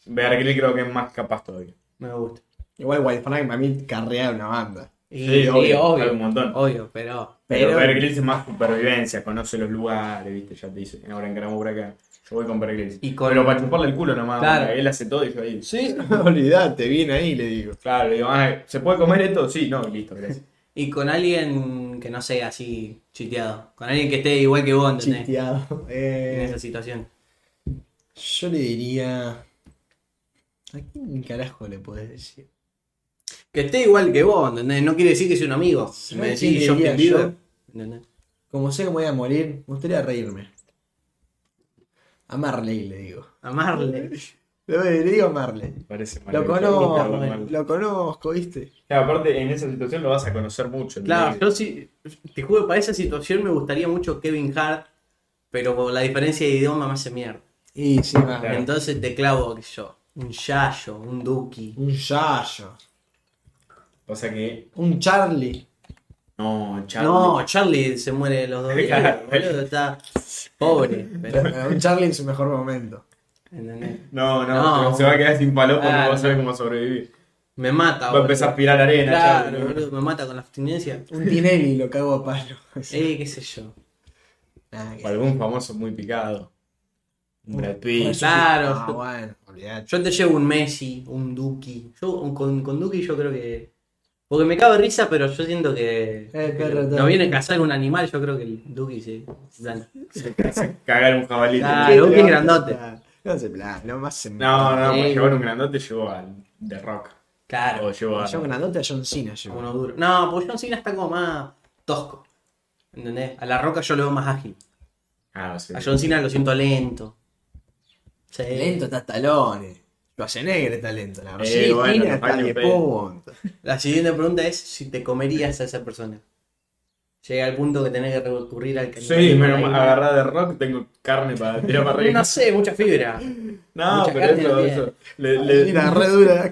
Speaker 3: Bear Grylls creo que es más capaz todavía.
Speaker 2: Me gusta.
Speaker 1: Igual Wild Frank para mí carrea una banda.
Speaker 2: Y-
Speaker 3: Sí,
Speaker 2: y
Speaker 3: obvio,
Speaker 2: obvio,
Speaker 3: sabe un montón.
Speaker 2: obvio, pero
Speaker 3: Pero,
Speaker 1: Pero-
Speaker 3: Bear Grylls es más supervivencia, conoce los lugares, viste, ya te dice. Ahora encaramos por acá. Yo voy con Bear Grylls.
Speaker 2: Y con-
Speaker 3: Pero para chuparle el culo nomás.
Speaker 2: Claro.
Speaker 3: porque Él hace todo y yo ahí.
Speaker 1: Sí, olvídate, viene ahí, le digo.
Speaker 3: Claro, digo, "Ay, ¿se puede comer esto? Sí, no, listo, gracias.
Speaker 2: Y con alguien que no sea así chiteado. Con alguien que esté igual que vos, ¿entendés?
Speaker 1: Chisteado.
Speaker 2: En esa
Speaker 1: Eh,
Speaker 2: situación.
Speaker 1: yo le diría. ¿A quién carajo le podés decir?
Speaker 2: Que esté igual que vos, ¿entendés? No quiere decir que sea un amigo. Si me
Speaker 1: ¿Sabés quién
Speaker 2: decís Justin
Speaker 1: diría yo?
Speaker 2: Bieber, ¿entendés?
Speaker 1: Como sé que me voy a morir, me gustaría reírme. A Marley le digo.
Speaker 2: Amarle.
Speaker 1: Le, le digo a Marley.
Speaker 3: Parece mal.
Speaker 1: Lo conozco,
Speaker 3: Claro,
Speaker 1: lo conozco, ¿viste?
Speaker 3: aparte, en esa situación lo vas a conocer mucho.
Speaker 2: Claro,
Speaker 3: ¿entendés?
Speaker 2: yo sí. Te juro, para esa situación me gustaría mucho Kevin Hart. Pero por la diferencia de idioma me hace mierda.
Speaker 1: Y sí, va.
Speaker 3: Claro.
Speaker 2: Entonces te clavo, qué sé yo. Un Yayo, un Duki.
Speaker 1: Un Yayo.
Speaker 3: O sea que
Speaker 1: Un Charlie.
Speaker 3: No, Charlie.
Speaker 2: No, Charlie se muere los dos días, boludo, está pobre. pero-
Speaker 1: Un Charlie en su mejor momento.
Speaker 2: ¿entendés?
Speaker 3: no, no,
Speaker 2: No.
Speaker 3: se va a quedar sin palo porque no va a
Speaker 2: Claro.
Speaker 3: saber cómo sobrevivir.
Speaker 2: Me mata,
Speaker 3: Va a
Speaker 2: boludo.
Speaker 3: empezar a aspirar arena,
Speaker 2: Claro,
Speaker 3: Charlie.
Speaker 2: boludo, me mata con la abstinencia.
Speaker 1: Un Tinelli lo cago a palo.
Speaker 2: Eh, qué sé yo.
Speaker 1: Nada que-
Speaker 3: O algún famoso muy picado. Un Brad
Speaker 1: Bueno,
Speaker 3: Pitt.
Speaker 1: sí.
Speaker 2: Claro.
Speaker 1: Ah, bueno, olvidate.
Speaker 2: Yo te llevo un Messi, un Duki. Yo un- con, con Duki yo creo que. Porque me cago de risa, pero yo siento que.
Speaker 1: Eh, perro,
Speaker 2: no
Speaker 1: todo.
Speaker 2: viene a cazar un animal, yo creo que el Duki se. plan-
Speaker 3: Cagar un jabalí.
Speaker 2: Claro. Duki es grandote.
Speaker 1: No se plan, no más se
Speaker 3: No, no,
Speaker 2: Sí.
Speaker 3: para llevar un grandote llevo al The Rock.
Speaker 2: Claro.
Speaker 3: O llevo a.
Speaker 1: Yo grandote a John Cena llevo.
Speaker 2: Uno duro. No, porque John Cena está como más tosco. ¿Entendés? A la roca yo lo veo más ágil.
Speaker 3: Ah, sí.
Speaker 2: A John Cena lo siento lento. Sí.
Speaker 1: Lento está Stallone. Schwarzenegger está lento. La
Speaker 3: Eh,
Speaker 1: Argentina
Speaker 3: bueno,
Speaker 1: está
Speaker 3: Rafael
Speaker 1: de
Speaker 3: López.
Speaker 1: punto.
Speaker 2: La siguiente pregunta es si te comerías a esa persona. Llega al punto que tenés que recurrir al
Speaker 3: Sí,
Speaker 2: canibalismo.
Speaker 3: menos mal, agarrá The Rock, tengo carne para tirar para arriba.
Speaker 2: No sé, mucha fibra.
Speaker 3: No,
Speaker 2: Mucha
Speaker 3: pero
Speaker 2: carne no
Speaker 3: eso,
Speaker 2: tiene.
Speaker 3: eso le, le-
Speaker 1: Mira, re dura.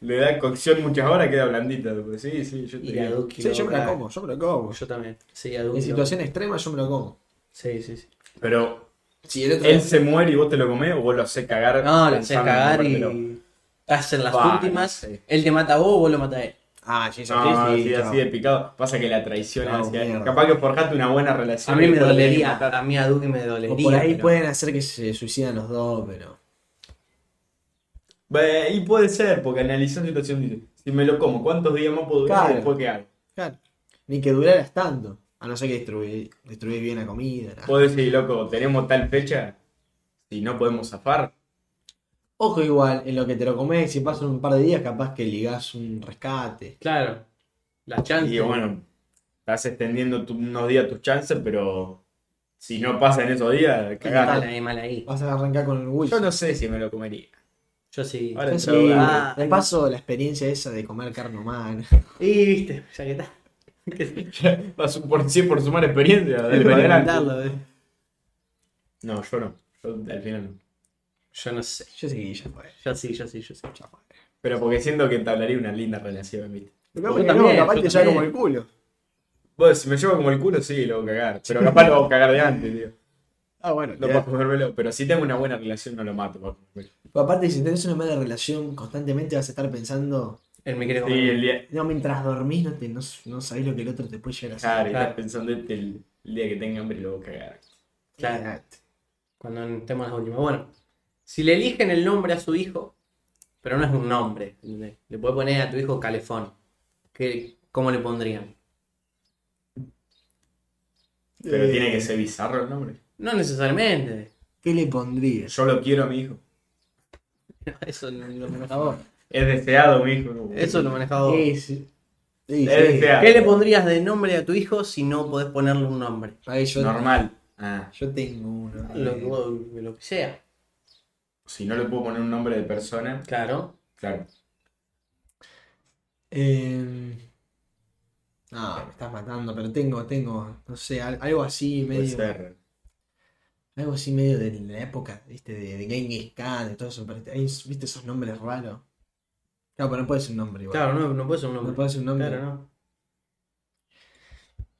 Speaker 3: le da cocción muchas horas, queda blandita. Pues sí, sí, yo te
Speaker 2: Y a
Speaker 3: digo.
Speaker 2: Duki.
Speaker 1: Sí,
Speaker 2: lo
Speaker 1: yo me la
Speaker 2: cago.
Speaker 1: como, yo me la como.
Speaker 2: Yo también. Sí, a Duki.
Speaker 1: En
Speaker 2: lo-
Speaker 1: situación extrema yo me la como.
Speaker 2: Sí, sí, sí.
Speaker 3: Pero
Speaker 1: Si el otro
Speaker 3: él se muere y vos te lo comés o vos lo hacés cagar.
Speaker 2: No, lo haces
Speaker 3: pensando en
Speaker 2: cagar
Speaker 3: comértelo.
Speaker 2: y. Hacen las
Speaker 3: Bah,
Speaker 2: últimas.
Speaker 3: sí.
Speaker 2: Él te mata a vos, vos lo matás a él.
Speaker 1: Ah, sí, sí,
Speaker 3: No,
Speaker 1: sí,
Speaker 3: sí,
Speaker 1: chao.
Speaker 3: así de picado. Pasa que la traición
Speaker 1: Chao,
Speaker 3: hacia
Speaker 1: mierda.
Speaker 3: Capaz que forjaste una buena relación.
Speaker 2: A mí
Speaker 3: y
Speaker 2: me
Speaker 3: después tenés que
Speaker 2: dolería.
Speaker 3: matar.
Speaker 2: A mí a Duki me dolería.
Speaker 1: O por ahí
Speaker 2: pero-
Speaker 1: pueden hacer que se suicidan los dos, pero.
Speaker 3: Ve, Y puede ser, porque analizando la situación dice, si me lo como, ¿cuántos días más puedo durar
Speaker 1: Claro.
Speaker 3: y después qué hago?
Speaker 1: Claro. Ni que duraras tanto. A no ser que destruir, destruir bien la comida. nada.
Speaker 3: Puedo decir, loco, tenemos tal fecha, si no podemos zafar.
Speaker 1: Ojo igual, en lo que te lo comes, si pasan un par de días, capaz que ligás un rescate.
Speaker 2: Claro. Las chances.
Speaker 3: Y bueno, estás extendiendo tu- unos días tus chances, pero si no pasa en esos días,
Speaker 2: Está el
Speaker 3: cagaste.
Speaker 2: animal ahí.
Speaker 1: Vas a arrancar con el Wilson.
Speaker 3: Yo no sé si me lo comería.
Speaker 2: Yo sí.
Speaker 3: Ahora-
Speaker 1: Sí,
Speaker 3: pero-
Speaker 2: ah,
Speaker 1: de paso la experiencia esa de comer carne humana.
Speaker 2: Y viste, ya que está. Que sí.
Speaker 3: Vas a por, sí, por sumar experiencia. dale para adelante.
Speaker 2: Intentarlo, eh.
Speaker 3: No, yo no. Yo al final no.
Speaker 2: Yo no sé.
Speaker 1: Yo sé que ya fue.
Speaker 2: Yo sí, yo sí, yo sí.
Speaker 1: Ya fue.
Speaker 3: Pero porque siento que entablaría una linda relación, ¿viste?
Speaker 1: Pero
Speaker 2: Yo
Speaker 1: que
Speaker 2: también,
Speaker 1: no, capaz
Speaker 2: yo
Speaker 1: te lleva
Speaker 2: también.
Speaker 1: como el culo.
Speaker 3: Vos, si me llevo como el culo, sí, lo hago cagar. Pero capaz lo hago cagar de antes, tío.
Speaker 1: Ah, bueno.
Speaker 3: No puedo comérmelo. Pero si tengo una buena relación, no lo mato. para comérmelo.
Speaker 1: Aparte, si tenés una mala relación, constantemente vas a estar pensando.
Speaker 2: Él me quiere comer.
Speaker 3: Sí, el día.
Speaker 1: No, mientras dormís no, te, no, no sabés lo que el otro te puede llegar a hacer.
Speaker 3: Claro, y
Speaker 2: Claro.
Speaker 3: estás pensando este, el, el día que tenga hambre, lo voy a cagar.
Speaker 2: Claro. Cuando estemos en las últimas. Bueno, si le eligen el nombre a su hijo, pero no es un nombre, ¿entendés? le puedes poner a tu hijo Calefón. ¿Qué, ¿Cómo le pondrían?
Speaker 3: Pero
Speaker 1: Eh,
Speaker 3: tiene que ser bizarro el nombre.
Speaker 2: No necesariamente.
Speaker 1: ¿Qué le pondrías?
Speaker 3: Yo lo quiero a mi hijo.
Speaker 2: Eso no lo
Speaker 1: Por
Speaker 2: manejaba.
Speaker 1: favor.
Speaker 3: Es deseado mi hijo.
Speaker 2: Eso lo manejaba vos.
Speaker 1: Sí, sí. Sí,
Speaker 3: Es
Speaker 1: sí.
Speaker 3: deseado.
Speaker 2: Eh, ¿Qué le pondrías de nombre a tu hijo si no podés ponerle un nombre?
Speaker 1: Ahí yo,
Speaker 3: Normal. Ah,
Speaker 1: yo tengo uno.
Speaker 2: Lo, que
Speaker 1: Eh,
Speaker 2: vos- lo que sea.
Speaker 3: si no le puedo poner un nombre de persona,
Speaker 2: Claro.
Speaker 3: claro.
Speaker 1: eh, no, Ah, me estás matando, pero tengo, tengo, no sé, al- algo así
Speaker 3: Puede
Speaker 1: medio.
Speaker 3: ser.
Speaker 1: Algo así medio de la época, viste, de, de Genghis Khan, de todo eso, pero hay, viste esos nombres raros. Claro, pero no puede ser un nombre igual.
Speaker 2: Claro, no, no puede ser un
Speaker 1: no,
Speaker 2: nombre.
Speaker 1: puede ser un nombre.
Speaker 2: Claro, no.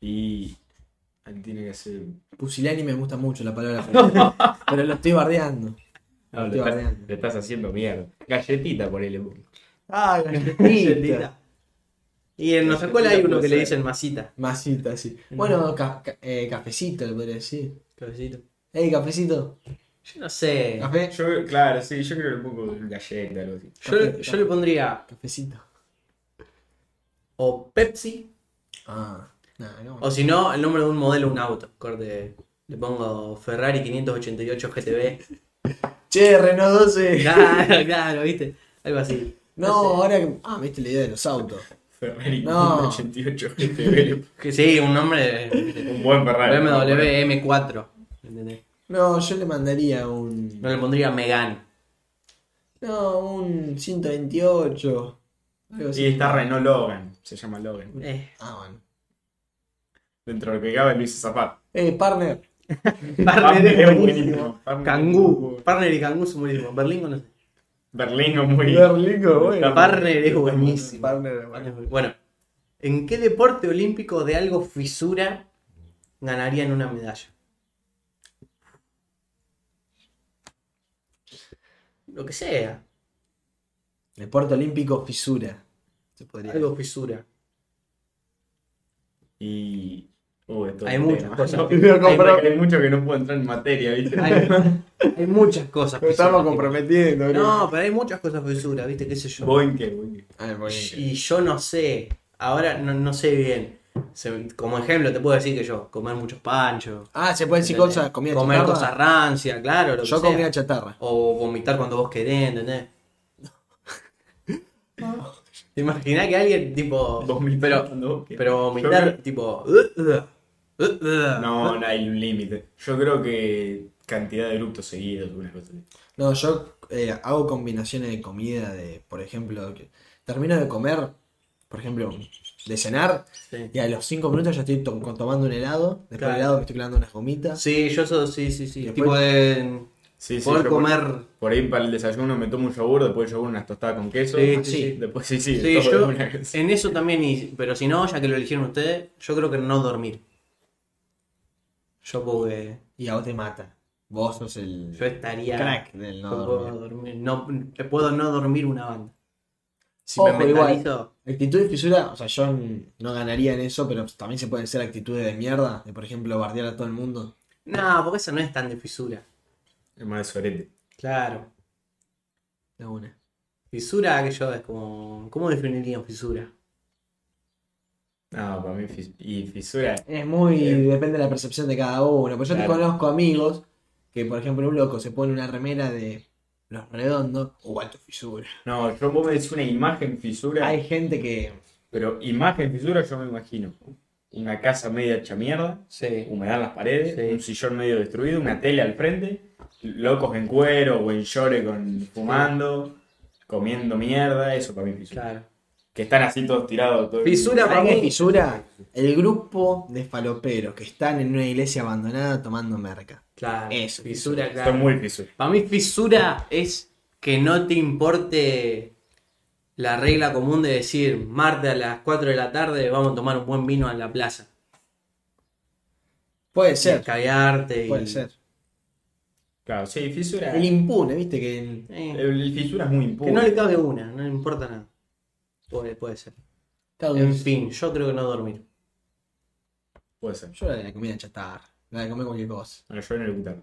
Speaker 3: Y él tiene que ser.
Speaker 1: Pusilánime me gusta mucho la palabra, pero lo estoy bardeando.
Speaker 3: No,
Speaker 1: Lo
Speaker 3: le,
Speaker 1: estoy
Speaker 3: estás,
Speaker 1: bardeando.
Speaker 3: le estás haciendo mierda. Galletita por él.
Speaker 1: Ah, galletita.
Speaker 2: Galletita. Y en nuestra escuela hay uno que le dicen masita.
Speaker 1: Masita, sí.
Speaker 2: Mm.
Speaker 1: Bueno, ca- ca- eh, cafecito, le podría decir.
Speaker 2: Cabecito.
Speaker 1: Ey, cafecito.
Speaker 2: Yo no sé.
Speaker 1: Café.
Speaker 3: Yo, claro, sí, yo creo que un poco galleta, algo así.
Speaker 2: Yo, yo le pondría
Speaker 1: Cafecito.
Speaker 2: o Pepsi,
Speaker 1: Ah, nada, no.
Speaker 2: o si no, el nombre de un modelo, un auto. Corte, le pongo Ferrari 588 GTB.
Speaker 1: Che, Renault 12.
Speaker 2: Claro, claro, ¿viste? Algo así.
Speaker 1: No, ahora que. Ah, viste la idea de los autos.
Speaker 3: Ferrari
Speaker 1: No.
Speaker 3: 88 GTB.
Speaker 2: Que sí, un nombre de
Speaker 3: Un buen Ferrari.
Speaker 2: BMW M4. ¿entendés?
Speaker 1: No, yo le mandaría un.
Speaker 2: No le pondría Megan.
Speaker 1: No, un 128. Algo así.
Speaker 3: Y está Renault Logan. Se llama Logan.
Speaker 2: Eh,
Speaker 1: Ah, bueno.
Speaker 3: Dentro de lo que cabe lo hice zapar.
Speaker 1: Eh, partner.
Speaker 2: Partner
Speaker 3: Partner
Speaker 2: es
Speaker 3: es
Speaker 2: buenísimo.
Speaker 3: buenísimo.
Speaker 2: Cangú. Partner y Cangú son buenísimos. Berlingo no sé.
Speaker 3: Berlín o muy.
Speaker 1: Berlingo, bueno.
Speaker 3: Está-
Speaker 2: Partner es buenísimo.
Speaker 1: Partner, bueno.
Speaker 2: Bueno, ¿En qué deporte olímpico de algo fisura ganarían una medalla? Lo que sea,
Speaker 1: Deporte olímpico fisura. Se podría
Speaker 2: algo fisura.
Speaker 3: Y. Uh, esto es
Speaker 2: Hay
Speaker 3: un
Speaker 2: muchas
Speaker 3: tema.
Speaker 2: cosas.
Speaker 3: No,
Speaker 1: Te veo
Speaker 3: hay,
Speaker 1: comprometido.
Speaker 3: hay mucho que no puedo entrar en materia, ¿viste?
Speaker 2: Hay, hay muchas cosas.
Speaker 1: Lo estamos
Speaker 2: fisuras,
Speaker 1: comprometiendo,
Speaker 2: tipo.
Speaker 1: bro.
Speaker 2: No, pero hay muchas cosas fisuras, ¿viste? ¿Qué sé yo?
Speaker 3: Boinke, Boinke.
Speaker 1: A ver,
Speaker 2: Y yo no sé, ahora no, no sé bien. Se- como ejemplo, te puedo decir que yo, comer muchos panchos.
Speaker 1: Ah, se puede decir
Speaker 2: ¿entendés?
Speaker 1: cosas, comida
Speaker 2: comer
Speaker 1: chatarra.
Speaker 2: cosas rancias, claro. Lo que
Speaker 1: Yo
Speaker 2: sea.
Speaker 1: comía chatarra.
Speaker 2: O vomitar cuando vos querés, ¿entendés? ¿Te imaginás que alguien, tipo.
Speaker 3: Vomitar
Speaker 2: Pero,
Speaker 3: cuando vos quieras.
Speaker 2: pero vomitar,
Speaker 3: Yo creo-
Speaker 2: tipo. "Uh, uh, uh, uh".
Speaker 3: No, no hay un límite. Yo creo que cantidad de eructos seguidos, una cosa así.
Speaker 1: No, yo eh, hago combinaciones de comida de, por ejemplo, que- termino de comer, por ejemplo, de cenar,
Speaker 2: Sí.
Speaker 1: y a los 5 minutos ya estoy to- tomando un helado, después
Speaker 2: Claro.
Speaker 1: del helado me estoy clavando unas gomitas.
Speaker 2: Sí, yo soy, sí, sí, sí.
Speaker 1: Después-
Speaker 2: Tipo de.
Speaker 3: Sí, sí,
Speaker 2: Poder
Speaker 3: yo por-
Speaker 2: comer.
Speaker 3: Por ahí para el desayuno me tomo un yogur, después yogur unas tostadas con queso.
Speaker 2: Sí, sí,
Speaker 3: así.
Speaker 2: sí.
Speaker 3: Después Ah, sí, sí,
Speaker 2: Sí,
Speaker 3: todo de
Speaker 2: yo
Speaker 3: una vez.
Speaker 2: en eso también, y- pero si no, ya que lo eligieron ustedes, yo creo que no dormir. Yo porque
Speaker 1: Y a vos te mata. Vos sos el
Speaker 2: yo estaría...
Speaker 1: crack del no
Speaker 2: yo puedo,
Speaker 1: dormir.
Speaker 2: dormir. No, puedo no dormir una banda. Si
Speaker 1: Ojo,
Speaker 2: me
Speaker 1: igual.
Speaker 2: mentalizo...
Speaker 1: Actitud de fisura, o sea, yo n- no ganaría en eso, pero también se pueden ser actitudes de mierda, de por ejemplo bardear a todo el mundo.
Speaker 2: No, porque eso no es tan de fisura.
Speaker 3: Es más de sorete.
Speaker 2: Claro.
Speaker 1: De una.
Speaker 2: Fisura, que yo es como... ¿Cómo definirían fisura?
Speaker 3: No, para mí fis- y fisura.
Speaker 1: Es muy.
Speaker 3: Eh.
Speaker 1: depende de la percepción de cada uno. Pues yo te
Speaker 3: Claro.
Speaker 1: conozco amigos que, por ejemplo, un loco se pone una remera de los redondos.
Speaker 3: Uh,
Speaker 1: o alto fisura!
Speaker 3: No, yo vos me decís una imagen fisura.
Speaker 1: Hay gente que.
Speaker 3: Pero imagen fisura yo me imagino. Una casa media hecha mierda,
Speaker 2: Sí.
Speaker 3: humedad en las paredes,
Speaker 2: Sí.
Speaker 3: un sillón medio destruido, una tele al frente, locos en cuero o en llore con fumando, comiendo mierda, eso para mí es fisura.
Speaker 2: Claro.
Speaker 3: Que están así todos tirados. Todo
Speaker 2: Fisura para
Speaker 1: ¿Sabés qué es
Speaker 2: mí...
Speaker 1: fisura? El grupo de faloperos que están en una iglesia abandonada tomando merca.
Speaker 2: Claro.
Speaker 1: Eso,
Speaker 2: fisura, claro.
Speaker 3: Son muy fisura.
Speaker 2: Para mí fisura es que no te importe la regla común de decir, martes a las 4 de la tarde vamos a tomar un buen vino en la plaza.
Speaker 1: Puede
Speaker 2: Y
Speaker 1: ser,
Speaker 2: cagarte y-
Speaker 1: puede ser.
Speaker 3: Claro, sí, fisura.
Speaker 1: El impune, viste que. el-
Speaker 2: Eh,
Speaker 3: El, el fisura es muy impuro.
Speaker 2: que no le cabe una, no le importa nada. Puede, puede ser.
Speaker 1: Claro,
Speaker 2: En fin, yo creo que no dormir.
Speaker 3: Puede ser.
Speaker 1: Yo la de la comida chatarra, la de comer cualquier cosa.
Speaker 3: Bueno, yo en el guitarra.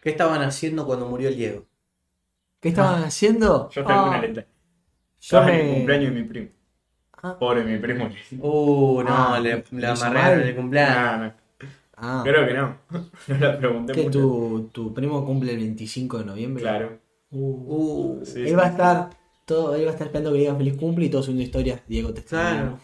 Speaker 2: ¿Qué estaban haciendo cuando murió el Diego?
Speaker 1: ¿Qué estaban haciendo?
Speaker 3: Ah. Yo tengo
Speaker 1: Ah,
Speaker 3: una letra.
Speaker 1: yo
Speaker 3: Estaba en el
Speaker 1: me-
Speaker 3: cumpleaños de mi primo.
Speaker 1: Ah.
Speaker 3: Pobre mi primo.
Speaker 2: Uh, no,
Speaker 1: Ah,
Speaker 2: le, le
Speaker 1: ¿lo hizo
Speaker 2: amarraron
Speaker 1: mal?
Speaker 2: el cumpleaños.
Speaker 3: No, no,
Speaker 1: Ah,
Speaker 3: creo que no. No la pregunté
Speaker 1: que
Speaker 3: mucho.
Speaker 1: tu, tu primo cumple el 25 de noviembre.
Speaker 3: Claro.
Speaker 1: Uh.
Speaker 2: Uh,
Speaker 3: Sí, sí.
Speaker 1: Él va a estar todo, él va a estar esperando que le digan feliz cumple y todo subiendo historias, Diego te está
Speaker 2: claro.
Speaker 1: mirando.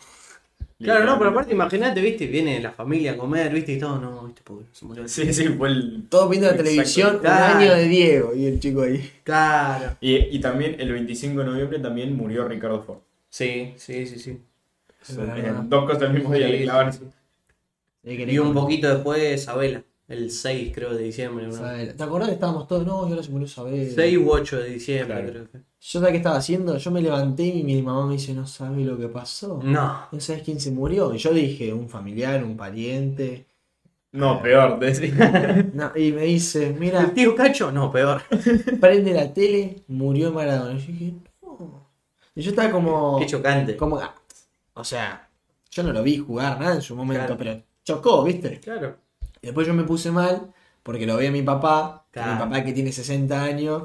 Speaker 2: Claro, no, pero aparte imagínate, viste, viene la familia a comer, viste, y todo, no, viste, pobre, se murió.
Speaker 3: Sí, sí, fue el.
Speaker 1: Todos viendo la
Speaker 3: Exacto.
Speaker 1: televisión,
Speaker 2: Claro.
Speaker 1: un año de Diego y el chico ahí.
Speaker 2: Claro.
Speaker 3: Y, y también el 25 de noviembre también murió Ricardo Ford.
Speaker 2: Sí, sí, sí, sí.
Speaker 3: Son-
Speaker 1: verdad.
Speaker 3: eran dos cosas al mismo día
Speaker 2: Sí,
Speaker 3: le clavaron.
Speaker 1: Eh, que le
Speaker 2: Y un
Speaker 1: con-
Speaker 2: poquito después Isabela, el 6 creo de diciembre. ¿no?
Speaker 1: Isabel. ¿Te acordás que estábamos todos? No, yo ahora se murió Isabel.
Speaker 2: 6 u 8 de diciembre
Speaker 3: Claro.
Speaker 2: creo que.
Speaker 1: Yo sabía qué estaba haciendo, yo me levanté y mi mamá me dice, no sabes lo que pasó.
Speaker 2: No.
Speaker 1: No sabes quién se murió. Y yo dije, un familiar, un pariente.
Speaker 3: No, peor, te decía.
Speaker 1: No, y me dice, mira,
Speaker 2: ¿El tío Cacho? No, peor.
Speaker 1: prende la tele, murió Maradona. Y yo dije, no. Y yo estaba como.
Speaker 2: Qué chocante.
Speaker 1: como ah, o sea, yo no lo vi jugar nada en su momento,
Speaker 2: Claro.
Speaker 1: pero chocó, ¿viste?
Speaker 2: Claro.
Speaker 1: Y después yo me puse mal porque lo vi a mi papá. que
Speaker 2: Claro.
Speaker 1: Mi papá que tiene 60 años,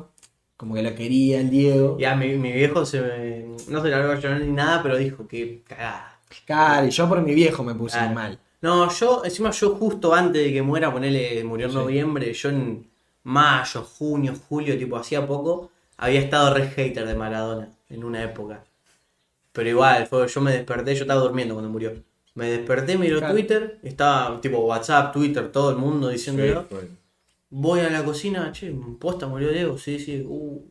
Speaker 1: como que lo quería el Diego.
Speaker 2: Ya mi, mi viejo se me... no se largó a llorar ni nada, pero dijo que cagada.
Speaker 1: Claro, y yo por mi viejo me puse
Speaker 2: Claro.
Speaker 1: mal.
Speaker 2: No, yo, encima yo justo antes de que muera, ponele, murió en
Speaker 1: Sí.
Speaker 2: noviembre, yo en mayo, junio, julio, tipo hacía poco, había estado re hater de Maradona en una época. Pero igual, fue- yo me desperté, yo estaba durmiendo cuando murió. Me desperté, miró
Speaker 1: Claro.
Speaker 2: Twitter, estaba tipo WhatsApp, Twitter, todo el mundo diciéndolo. Voy a la cocina, che, posta murió Diego, sí, sí, uh.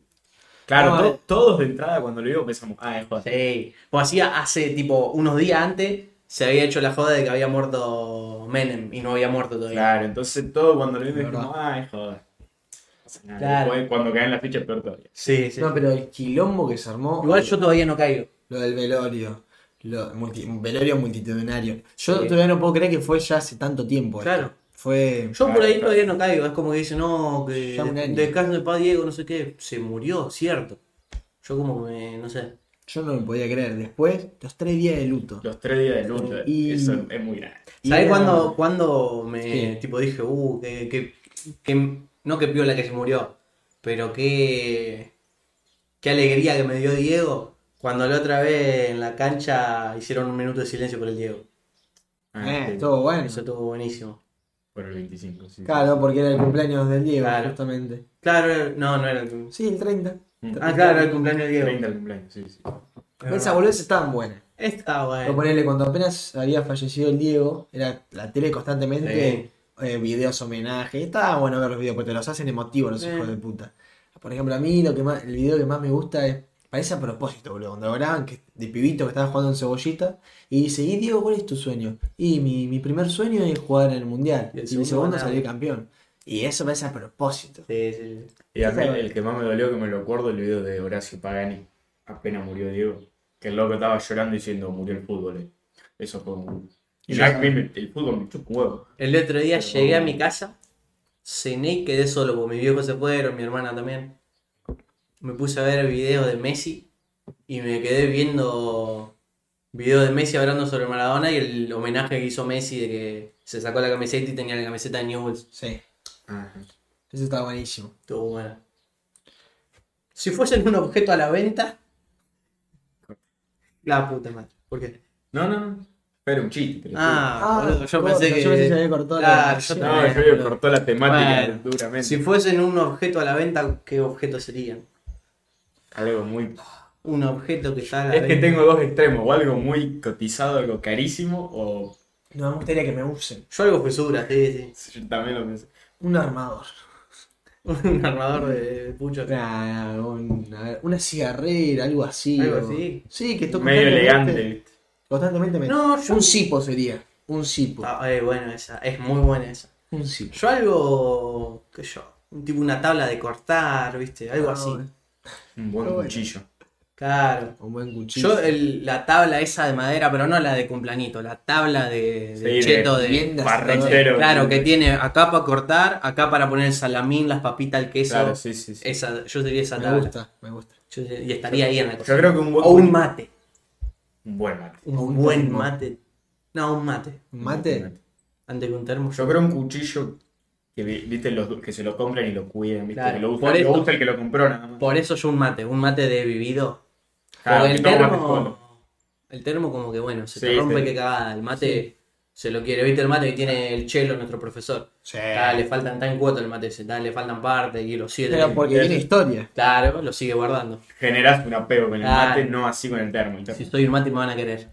Speaker 3: Claro,
Speaker 1: No,
Speaker 3: to-
Speaker 1: eh.
Speaker 3: todos de entrada cuando lo digo pensamos, ah, es joda.
Speaker 2: Sí. Pues hacía hace tipo unos días antes se había hecho la joda de que había muerto Menem y no había muerto todavía.
Speaker 3: Claro, entonces todo cuando lo digo
Speaker 1: Es
Speaker 3: dijimos, ah, es joda. O sea, nada,
Speaker 2: Claro.
Speaker 3: después, cuando caen las fichas, peor todavía.
Speaker 2: Sí, sí.
Speaker 1: No, pero el quilombo que se armó.
Speaker 2: Igual yo todavía no caigo.
Speaker 1: Lo del velorio. Lo- multi- un velorio multitudinario. Yo
Speaker 2: Sí.
Speaker 1: todavía no puedo creer que fue ya hace tanto tiempo. esto.
Speaker 2: Claro.
Speaker 1: Fue.
Speaker 2: Yo por ahí
Speaker 3: Claro,
Speaker 2: todavía no caigo, es como que dice, no, que
Speaker 1: Ya un año.
Speaker 2: descanso de paz Diego, no sé qué, se murió, cierto. Yo como que me, no sé.
Speaker 1: Yo no lo podía creer. Después, los tres días de luto.
Speaker 3: Los tres días de luto,
Speaker 1: Y-
Speaker 3: eso es muy grande.
Speaker 1: Y
Speaker 2: ¿Sabés
Speaker 1: era-
Speaker 2: cuándo, cuándo me
Speaker 1: Sí.
Speaker 2: tipo dije, uh, que, que, que- no que piola que se murió, pero qué, qué alegría que me dio Diego cuando la otra vez en la cancha hicieron un minuto de silencio por el Diego.
Speaker 3: Ah,
Speaker 1: Eh,
Speaker 3: sí,
Speaker 1: estuvo bueno.
Speaker 2: Eso estuvo buenísimo.
Speaker 3: Por el 25, sí.
Speaker 1: Claro, porque era el cumpleaños del Diego,
Speaker 2: Claro.
Speaker 1: justamente.
Speaker 2: Claro, era- no, no era el cum-
Speaker 1: Sí, el 30.
Speaker 3: Mm.
Speaker 2: Ah, claro, era el cumpleaños de Diego.
Speaker 3: 30 del cumpleaños, sí, sí.
Speaker 2: Es
Speaker 1: Esas
Speaker 2: verdad.
Speaker 1: boludeces estaban buenas.
Speaker 2: Está
Speaker 1: Pero
Speaker 2: bueno.
Speaker 1: ponele, cuando apenas había fallecido el Diego, era la tele
Speaker 2: Sí.
Speaker 1: constantemente eh, videos homenaje. Estaba bueno ver los videos, porque te los hacen emotivos los
Speaker 2: Sí.
Speaker 1: hijos de puta. Por ejemplo, a mí lo que más, el video que más me gusta es. Parece a propósito, boludo. Cuando lo graban, que, de pibito que estaba jugando en cebollita, y dice, y Diego, ¿cuál es tu sueño? Y mi, mi primer sueño es jugar en el mundial.
Speaker 2: Y
Speaker 1: Y,
Speaker 2: el
Speaker 1: mi
Speaker 2: segundo
Speaker 1: segundo
Speaker 2: ganar.
Speaker 1: salir campeón. Y eso parece a propósito.
Speaker 2: Sí, sí, sí.
Speaker 3: Y Eh, a mí
Speaker 1: Claro.
Speaker 3: el que más me dolió, que me lo acuerdo, el video de Horacio Pagani, apenas murió Diego, que el loco estaba llorando diciendo, murió el fútbol. eh". Eso fue un... Y yo, a mí me- el fútbol me chupa un huevo.
Speaker 2: El otro día
Speaker 3: Pero-
Speaker 2: llegué a mi casa, cené y quedé solo, porque mis viejos se fueron, mi hermana también. Me puse a ver videos de Messi y me quedé viendo videos de Messi hablando sobre Maradona y el homenaje que hizo Messi de que se sacó la camiseta y tenía la camiseta de Newell's.
Speaker 1: Sí,
Speaker 3: Ajá.
Speaker 1: eso está buenísimo.
Speaker 2: Estuvo bueno. Si fuesen un objeto a la venta, la puta madre. ¿Por qué?
Speaker 3: No, no, no. Era un chiste. pero
Speaker 2: Ah, boludo, yo
Speaker 1: corta,
Speaker 2: pensé que.
Speaker 1: Yo pensé que se había cortado la
Speaker 2: Claro,
Speaker 1: relación.
Speaker 3: estuvo.
Speaker 2: yo
Speaker 3: No,
Speaker 2: también,
Speaker 3: yo le
Speaker 2: boludo.
Speaker 3: cortó la temática
Speaker 2: Bueno,
Speaker 3: duramente.
Speaker 2: Si fuesen un objeto a la venta, ¿qué objeto serían?
Speaker 3: Algo muy...
Speaker 2: Un objeto que está a la
Speaker 3: Es que
Speaker 2: venta.
Speaker 3: tengo dos extremos, o algo muy cotizado, algo carísimo, o...
Speaker 1: No, me gustaría que me usen.
Speaker 2: Yo algo fisura, sí, sí.
Speaker 3: Yo también lo pensé.
Speaker 1: Un armador.
Speaker 2: Un armador de pucho.
Speaker 1: Una, una, una cigarrera, algo así.
Speaker 2: Algo
Speaker 1: o-
Speaker 2: así.
Speaker 1: Sí, que esto
Speaker 3: Medio
Speaker 1: constantemente-
Speaker 3: elegante, ¿viste?
Speaker 1: Constantemente me.
Speaker 2: No, yo-
Speaker 1: Un cipo sería. Un cipo.
Speaker 2: Ah, eh, bueno, esa, es muy buena esa.
Speaker 1: Un cipo.
Speaker 2: Yo algo, qué sé yo, un tipo una tabla de cortar, viste, algo
Speaker 1: Ah,
Speaker 2: así.
Speaker 3: Un buen
Speaker 1: Pero bueno.
Speaker 3: cuchillo.
Speaker 2: Claro.
Speaker 1: Un buen cuchillo.
Speaker 2: Yo el- la tabla esa de madera, pero no la de cumplanito, la tabla de, de
Speaker 3: Sí, de
Speaker 2: cheto de...
Speaker 1: bien
Speaker 3: Barretero.
Speaker 2: Claro, que tiene acá para cortar, acá para poner el salamín, las papitas, el queso.
Speaker 3: Claro, sí, sí, sí.
Speaker 2: Esa, yo sería esa
Speaker 1: Me
Speaker 2: tabla.
Speaker 1: gusta, me gusta.
Speaker 2: Yo sería- y estaría ahí en la
Speaker 3: Yo
Speaker 2: cosa.
Speaker 3: creo que un buen...
Speaker 2: O un mate.
Speaker 3: Un buen mate.
Speaker 2: Un,
Speaker 1: O un
Speaker 2: buen
Speaker 1: termo.
Speaker 2: mate. No, un mate.
Speaker 1: Un mate.
Speaker 2: Antes que un termo.
Speaker 3: Yo creo un cuchillo que vi- viste los que se lo compran y lo cuidan, viste,
Speaker 2: Claro,
Speaker 3: que lo
Speaker 2: por
Speaker 3: usa, lo
Speaker 2: esto.
Speaker 3: usa el que lo compró nada más.
Speaker 2: Por eso yo un mate, un mate de vivido.
Speaker 3: Claro,
Speaker 2: Porque
Speaker 3: que
Speaker 2: el
Speaker 3: toma mate
Speaker 2: termo.
Speaker 3: solo.
Speaker 2: El termo como que bueno, se te
Speaker 3: Sí,
Speaker 2: rompe
Speaker 3: sí.
Speaker 2: que cagada. El mate se lo quiere, viste el mate que tiene el chelo nuestro profesor.
Speaker 1: Sí.
Speaker 3: Eh.
Speaker 2: Ah, le faltan, está en cuota el mate ese, tá, le faltan partes y los siete.
Speaker 1: Pero porque tiene historia.
Speaker 2: Claro, lo sigue guardando.
Speaker 3: Generás un apego con el
Speaker 2: Claro.
Speaker 3: mate, no así con el termo. el termo.
Speaker 2: Si soy un mate me van a querer.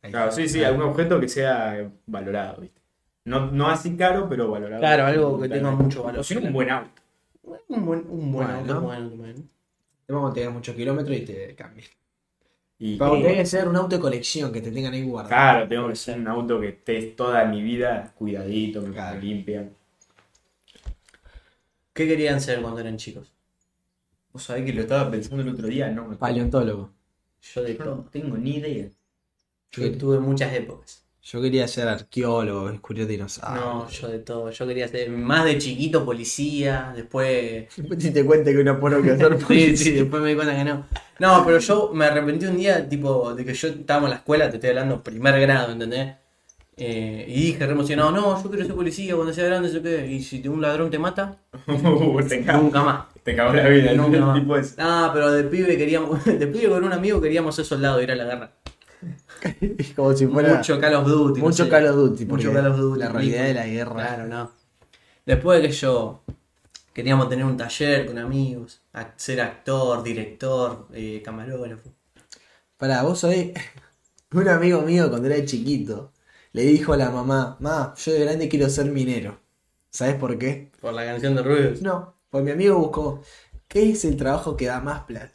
Speaker 3: Claro, sí, sí, algún objeto que sea valorado, viste. No, no así caro, pero valorado.
Speaker 2: Claro, algo que tenga mucho valor.
Speaker 3: O si no, un buen auto.
Speaker 2: Un buen, un buen,
Speaker 1: Bueno,
Speaker 2: un
Speaker 1: ¿no?
Speaker 2: buen, un buen.
Speaker 1: Te vamos a tener muchos kilómetros y te cambias.
Speaker 3: Y
Speaker 1: Pablo, tiene que ser un auto de colección que te tengan ahí guardado.
Speaker 3: claro, tengo que ser un auto que esté toda mi vida cuidadito, que
Speaker 1: Claro.
Speaker 3: me limpia.
Speaker 2: ¿Qué querían ser cuando eran chicos?
Speaker 3: Vos sabés que lo estaba pensando el otro día, no me acuerdo.
Speaker 1: Paleontólogo.
Speaker 2: Yo de
Speaker 3: Yo no
Speaker 2: todo.
Speaker 3: tengo ni idea.
Speaker 2: Yo tuve muchas épocas.
Speaker 1: Yo quería ser arqueólogo, descubrir
Speaker 2: No,
Speaker 1: dinosaurios.
Speaker 2: yo de todo. Yo quería ser más de chiquito policía, después...
Speaker 1: No. Si te cuenta que una poro que hacer
Speaker 2: Sí, sí, después me di cuenta que no. No, pero yo me arrepentí un día, tipo, de que yo estaba en la escuela, te estoy hablando primer grado, ¿entendés? Eh, y dije re emocionado, no, yo quiero ser policía cuando sea grande, sé qué. Y si un ladrón te mata,
Speaker 3: Uh, te, cago,
Speaker 2: nunca más.
Speaker 3: te cago la vida, ¿no?
Speaker 2: Nunca más.
Speaker 3: El tipo es.
Speaker 2: Ah, pero de pibe queríamos, de pibe con un amigo queríamos ser soldado, ir a la guerra.
Speaker 1: Como si fuera
Speaker 2: mucho Call of Duty. no
Speaker 1: mucho
Speaker 2: sé.
Speaker 1: Call of Duty.
Speaker 2: Mucho
Speaker 1: porque
Speaker 2: Call of Duty.
Speaker 1: La realidad de la guerra.
Speaker 2: Claro, no. Después de que yo queríamos tener un taller con amigos, ac- ser actor, director, eh, camarógrafo.
Speaker 1: Para vos sabés, un amigo mío cuando era chiquito le dijo a la mamá, ma, yo de grande quiero ser minero. ¿Sabés por qué?
Speaker 2: Por la canción de Rubius.
Speaker 1: No, pues mi amigo buscó, ¿qué es el trabajo que da más plata?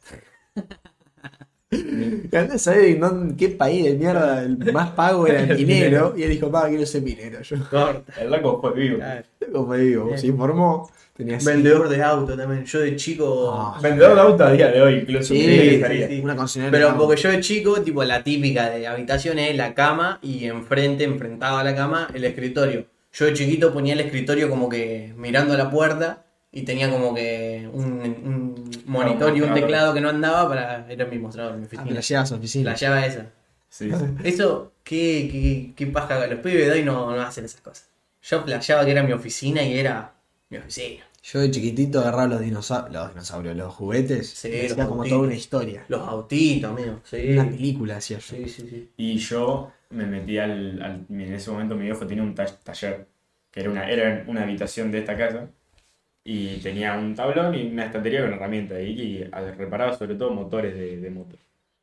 Speaker 1: Andá a saber en dónde- qué país de mierda el más pago era el minero. Y él dijo, pa, quiero ser minero. Yo,
Speaker 2: Corta.
Speaker 3: El loco fue vivo.
Speaker 2: Claro.
Speaker 1: como digo, se informó. Tenía
Speaker 2: Vendedor de auto también. Yo de chico.
Speaker 1: Ah.
Speaker 3: Vendedor de auto a día de hoy, incluso.
Speaker 1: Sí,
Speaker 3: ¿qué
Speaker 2: sí,
Speaker 3: pensaría?
Speaker 2: sí.
Speaker 1: una concesionaria.
Speaker 2: Pero porque yo de chico, tipo la típica de habitación es la cama y enfrente, enfrentado a la cama, el escritorio. Yo de chiquito ponía el escritorio como que mirando a la puerta y tenía como que un, un monitor y un
Speaker 3: mostrador.
Speaker 2: teclado que no andaba para. Era mi mostrador, mi
Speaker 1: Ah,
Speaker 2: oficina.
Speaker 1: pero llegaba a su oficina.
Speaker 2: la llave esa.
Speaker 3: Sí, sí.
Speaker 2: Eso, ¿qué, qué, qué paja? Los pibes de hoy no, no hacen esas cosas. Yo flasheaba que era mi oficina y era mi oficina.
Speaker 1: Yo de chiquitito agarraba los dinosaurios, los dinosaurios, los juguetes.
Speaker 2: Sí,
Speaker 1: y hacía
Speaker 2: los
Speaker 1: como
Speaker 2: juguetitos.
Speaker 1: toda una historia.
Speaker 2: Los autitos, amigo. Sí.
Speaker 1: Una película hacía yo.
Speaker 2: Sí, sí, sí.
Speaker 3: Y yo me metí al, al- En ese momento mi viejo tenía un ta- taller, que era una, era una habitación de esta casa, y tenía un tablón y una estantería con herramientas, y, y a- reparaba sobre todo motores de, de moto.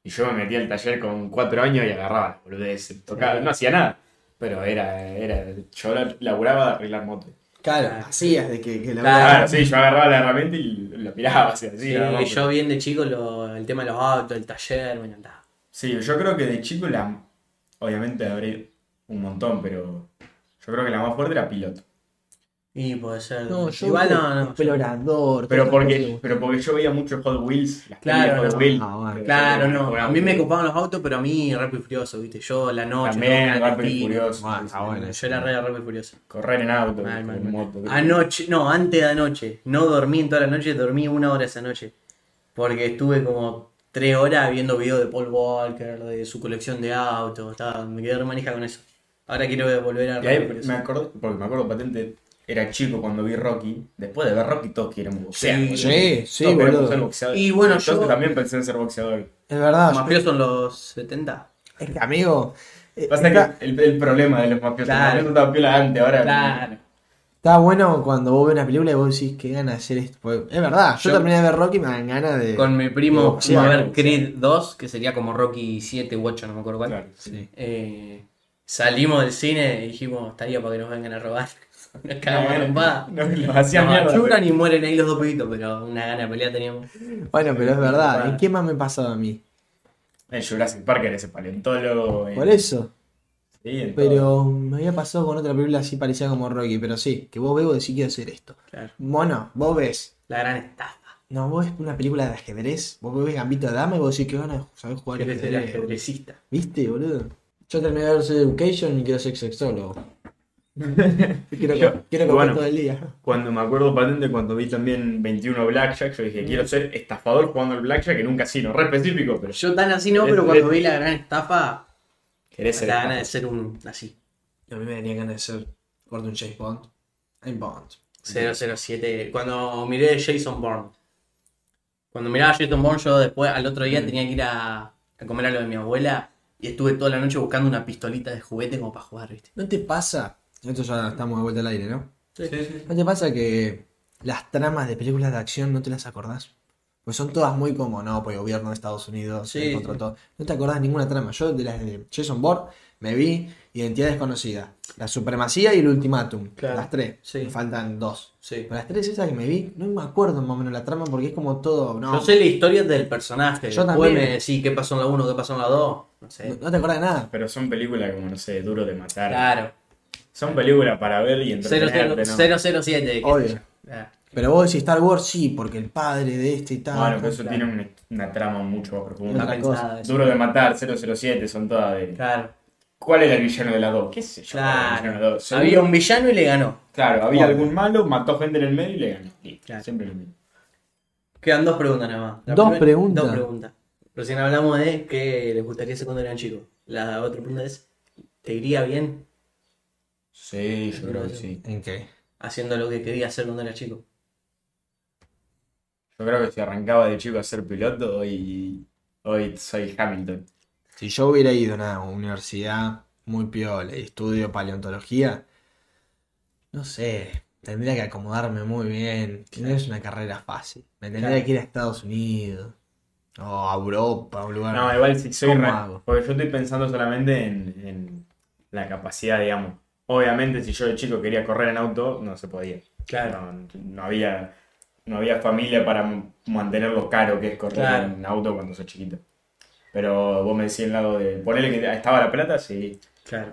Speaker 3: Y yo me metí al taller con cuatro años y agarraba, boludez, tocaba, no hacía nada. Pero era, era, yo la- laburaba de arreglar motos.
Speaker 2: Ah,
Speaker 1: Claro, hacías de que, que la
Speaker 2: Claro.
Speaker 3: Claro, sí, yo agarraba la herramienta y la miraba, o sea, sí,
Speaker 2: Ah. Sí,
Speaker 3: nada más,
Speaker 2: Eh, yo bien de chico lo- el tema de los autos, el taller, me encantaba.
Speaker 3: Sí, yo creo que de chico la. Obviamente habré un montón, pero. Yo creo que la más fuerte era piloto.
Speaker 2: Y puede ser.
Speaker 1: No, yo
Speaker 2: Igual
Speaker 1: como
Speaker 2: no, no.
Speaker 1: explorador.
Speaker 3: Pero
Speaker 1: todo
Speaker 3: porque,
Speaker 1: eso.
Speaker 3: pero porque yo veía mucho Hot Wheels, las
Speaker 2: Claro,
Speaker 3: pelis de Hot
Speaker 2: no.
Speaker 3: Wheels.
Speaker 1: Ah, bueno.
Speaker 2: Claro, no.
Speaker 3: Bueno,
Speaker 2: A mí me copaban los autos, pero a mí rápido y furioso, viste. Yo la noche. ¿no?
Speaker 3: También, Rápido y
Speaker 2: Clandestino.
Speaker 3: Furioso.
Speaker 1: Bueno, está bueno.
Speaker 2: Yo era re rápido y furioso.
Speaker 3: Correr en auto,
Speaker 2: Ah, Mal, mal,
Speaker 3: en
Speaker 2: mal.
Speaker 3: moto.
Speaker 2: Anoche, no, antes de anoche. No dormí en toda la noche, dormí una hora esa noche. Porque estuve como tres horas viendo videos de Paul Walker, de su colección de autos. estaba- me quedé re manija con eso. Ahora quiero volver a
Speaker 3: Y
Speaker 2: rápido
Speaker 3: ahí
Speaker 2: y furioso.
Speaker 3: me acuerdo, porque me acuerdo patente, era chico cuando vi Rocky. Después de ver Rocky, todos queremos boxear.
Speaker 2: Sí,
Speaker 3: boludo.
Speaker 1: sí, sí,
Speaker 3: Todos queremos
Speaker 1: boludo.
Speaker 3: ser boxeadores.
Speaker 2: Y bueno,
Speaker 3: Entonces
Speaker 2: yo-
Speaker 3: también pensé en ser boxeador.
Speaker 1: Es verdad. yo-
Speaker 2: Mafiosos en los 70.
Speaker 1: Es que, amigo. eh,
Speaker 3: Pasa
Speaker 1: está,
Speaker 3: que el, el problema de los mafiosos,
Speaker 2: Claro.
Speaker 3: los mafiosos estaban piola antes, ahora.
Speaker 1: está bueno cuando vos ves una película y vos decís que ganas de hacer esto. Porque Es verdad. Yo,
Speaker 2: Yo-
Speaker 1: terminé de ver Rocky y me dan ganas de.
Speaker 2: Con mi primo
Speaker 1: Sí,
Speaker 2: fuimos a
Speaker 1: bueno,
Speaker 2: ver Creed 2, que sería como Rocky 7 u 8, no me acuerdo cuál.
Speaker 3: Claro, sí.
Speaker 1: Sí.
Speaker 2: Eh, salimos del cine y dijimos, estaría para que nos vengan a robar. Nos cagamos a
Speaker 3: No,
Speaker 2: trompadas.
Speaker 3: no, los hacían
Speaker 2: Nos
Speaker 3: mierda.
Speaker 2: achuran y mueren ahí los dos pibitos, pero una gana de pelea teníamos.
Speaker 1: Bueno, pero es verdad.
Speaker 2: Bueno.
Speaker 1: ¿Y qué más me pasaba a mí?
Speaker 3: En Eh, Jurassic Park era ese paleontólogo. en-
Speaker 1: Por eso.
Speaker 3: Sí, en todo.
Speaker 1: Pero me había pasado con otra película así parecida como Rocky. Pero sí, que vos ves vos decís quiero hacer esto.
Speaker 2: Claro.
Speaker 1: Bueno, vos ves.
Speaker 2: La gran estafa.
Speaker 1: No, vos ves una película de ajedrez. Vos ves Gambito de Dama y vos decís que van a saber jugar
Speaker 2: Querés ser
Speaker 1: ajedrez.
Speaker 2: ajedrecista.
Speaker 1: ¿Viste, boludo? Yo terminé de ver Sex Education y quiero ser sexólogo. quiero
Speaker 3: Yo-
Speaker 1: co- quiero
Speaker 3: y
Speaker 1: comer
Speaker 3: bueno.
Speaker 1: todo el día.
Speaker 3: Cuando me acuerdo patente, cuando vi también 21 Blackjack, yo dije, quiero ser estafador jugando al Blackjack en un casino, re específico, pero yo
Speaker 2: Yo tan así no, pero
Speaker 3: Es-
Speaker 2: cuando
Speaker 3: es-
Speaker 2: vi la gran estafa,
Speaker 3: querés
Speaker 2: la
Speaker 3: ser
Speaker 2: gana de
Speaker 3: estafador.
Speaker 2: ser un así.
Speaker 1: A mí me daría ganas de ser Gordon James Bond. I'm Bond.
Speaker 2: 007. Cuando miré Jason Bourne. Cuando miraba Jason Bourne, yo después al otro
Speaker 1: Mm.
Speaker 2: día tenía que ir a, a comer a lo de mi abuela. Y estuve toda la noche buscando una pistolita de juguete como para jugar, ¿viste?
Speaker 1: ¿No te pasa? Esto ya estamos de vuelta al aire, ¿no?
Speaker 2: Sí, sí, sí.
Speaker 1: ¿No te pasa que las tramas de películas de acción no te las acordás? Pues son todas muy como, no, pues gobierno de Estados Unidos,
Speaker 2: Sí,
Speaker 1: el contrató. No te acordás ninguna trama. Yo de las de Jason Bourne me vi Identidad Desconocida, La Supremacía y el Ultimátum.
Speaker 2: Claro.
Speaker 1: Las tres.
Speaker 2: Sí.
Speaker 1: Me faltan dos. Pero las tres esas que me vi, no me acuerdo más o menos la trama porque es como todo. No,
Speaker 2: Yo sé la historia del personaje.
Speaker 1: Yo
Speaker 2: después
Speaker 1: también.
Speaker 2: me decís qué pasó en la 1, qué pasó en la 2. No
Speaker 1: no,
Speaker 2: sé.
Speaker 1: no te acordás de nada.
Speaker 3: Pero son películas como, no sé, duro de matar.
Speaker 2: Claro.
Speaker 3: Son películas para ver y entretenerte, ¿no?
Speaker 2: 007.
Speaker 1: Obvio. Pero vos decís Star Wars, sí, porque el padre de este y tal.
Speaker 3: Bueno, pero eso
Speaker 1: tal.
Speaker 3: tiene una, una trama mucho más profunda.
Speaker 1: Otra cosa.
Speaker 3: Duro de matar, 007, son todas de...
Speaker 2: Claro.
Speaker 3: ¿Cuál era el villano de las dos? ¿Qué sé yo? cuál era el
Speaker 2: Claro.
Speaker 3: villano de las dos? Seguro-
Speaker 2: Había un villano y le ganó.
Speaker 3: Claro, había
Speaker 1: Bueno.
Speaker 3: algún malo, mató gente en el medio y le ganó. Listo,
Speaker 2: Claro.
Speaker 3: Siempre lo mismo.
Speaker 2: Quedan dos preguntas nada más. La
Speaker 1: Dos
Speaker 2: primera-
Speaker 1: preguntas.
Speaker 2: Dos preguntas. Recién hablamos de que les gustaría hacer cuando eran chicos. La otra pregunta es, ¿te iría bien
Speaker 3: Sí, yo creo que
Speaker 2: Yo-
Speaker 3: sí.
Speaker 1: ¿En qué?
Speaker 2: haciendo lo que quería hacer cuando era chico?
Speaker 3: Yo creo que si arrancaba de chico a ser piloto, hoy, hoy soy Hamilton.
Speaker 1: Si yo hubiera ido a una universidad muy piola y estudio paleontología, no sé, tendría que acomodarme muy bien. No es una carrera fácil. Me tendría
Speaker 2: Claro.
Speaker 1: que ir a Estados Unidos o a Europa, a un lugar.
Speaker 3: No, igual si soy
Speaker 1: ¿Cómo
Speaker 3: re-
Speaker 1: hago?
Speaker 3: Porque yo estoy pensando solamente en, en la capacidad, digamos. Obviamente, si yo de chico quería correr en auto, no se podía. No, no había, no había familia para m- mantener lo caro que es correr
Speaker 2: Claro.
Speaker 3: en auto cuando sos chiquito. Pero vos me decís el lado de. Ponele que estaba la plata, sí.
Speaker 2: Claro.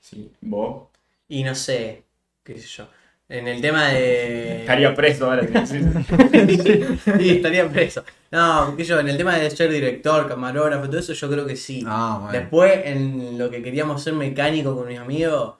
Speaker 3: Sí. Vos.
Speaker 2: Y no sé, qué sé yo. En el tema de.
Speaker 3: Estaría preso ahora. te decís.
Speaker 2: Sí, estaría preso. No, qué sé yo, en el tema de ser director, camarógrafo, todo eso, yo creo que sí.
Speaker 1: Ah, bueno.
Speaker 2: Después, en lo que queríamos ser mecánico con mis amigos,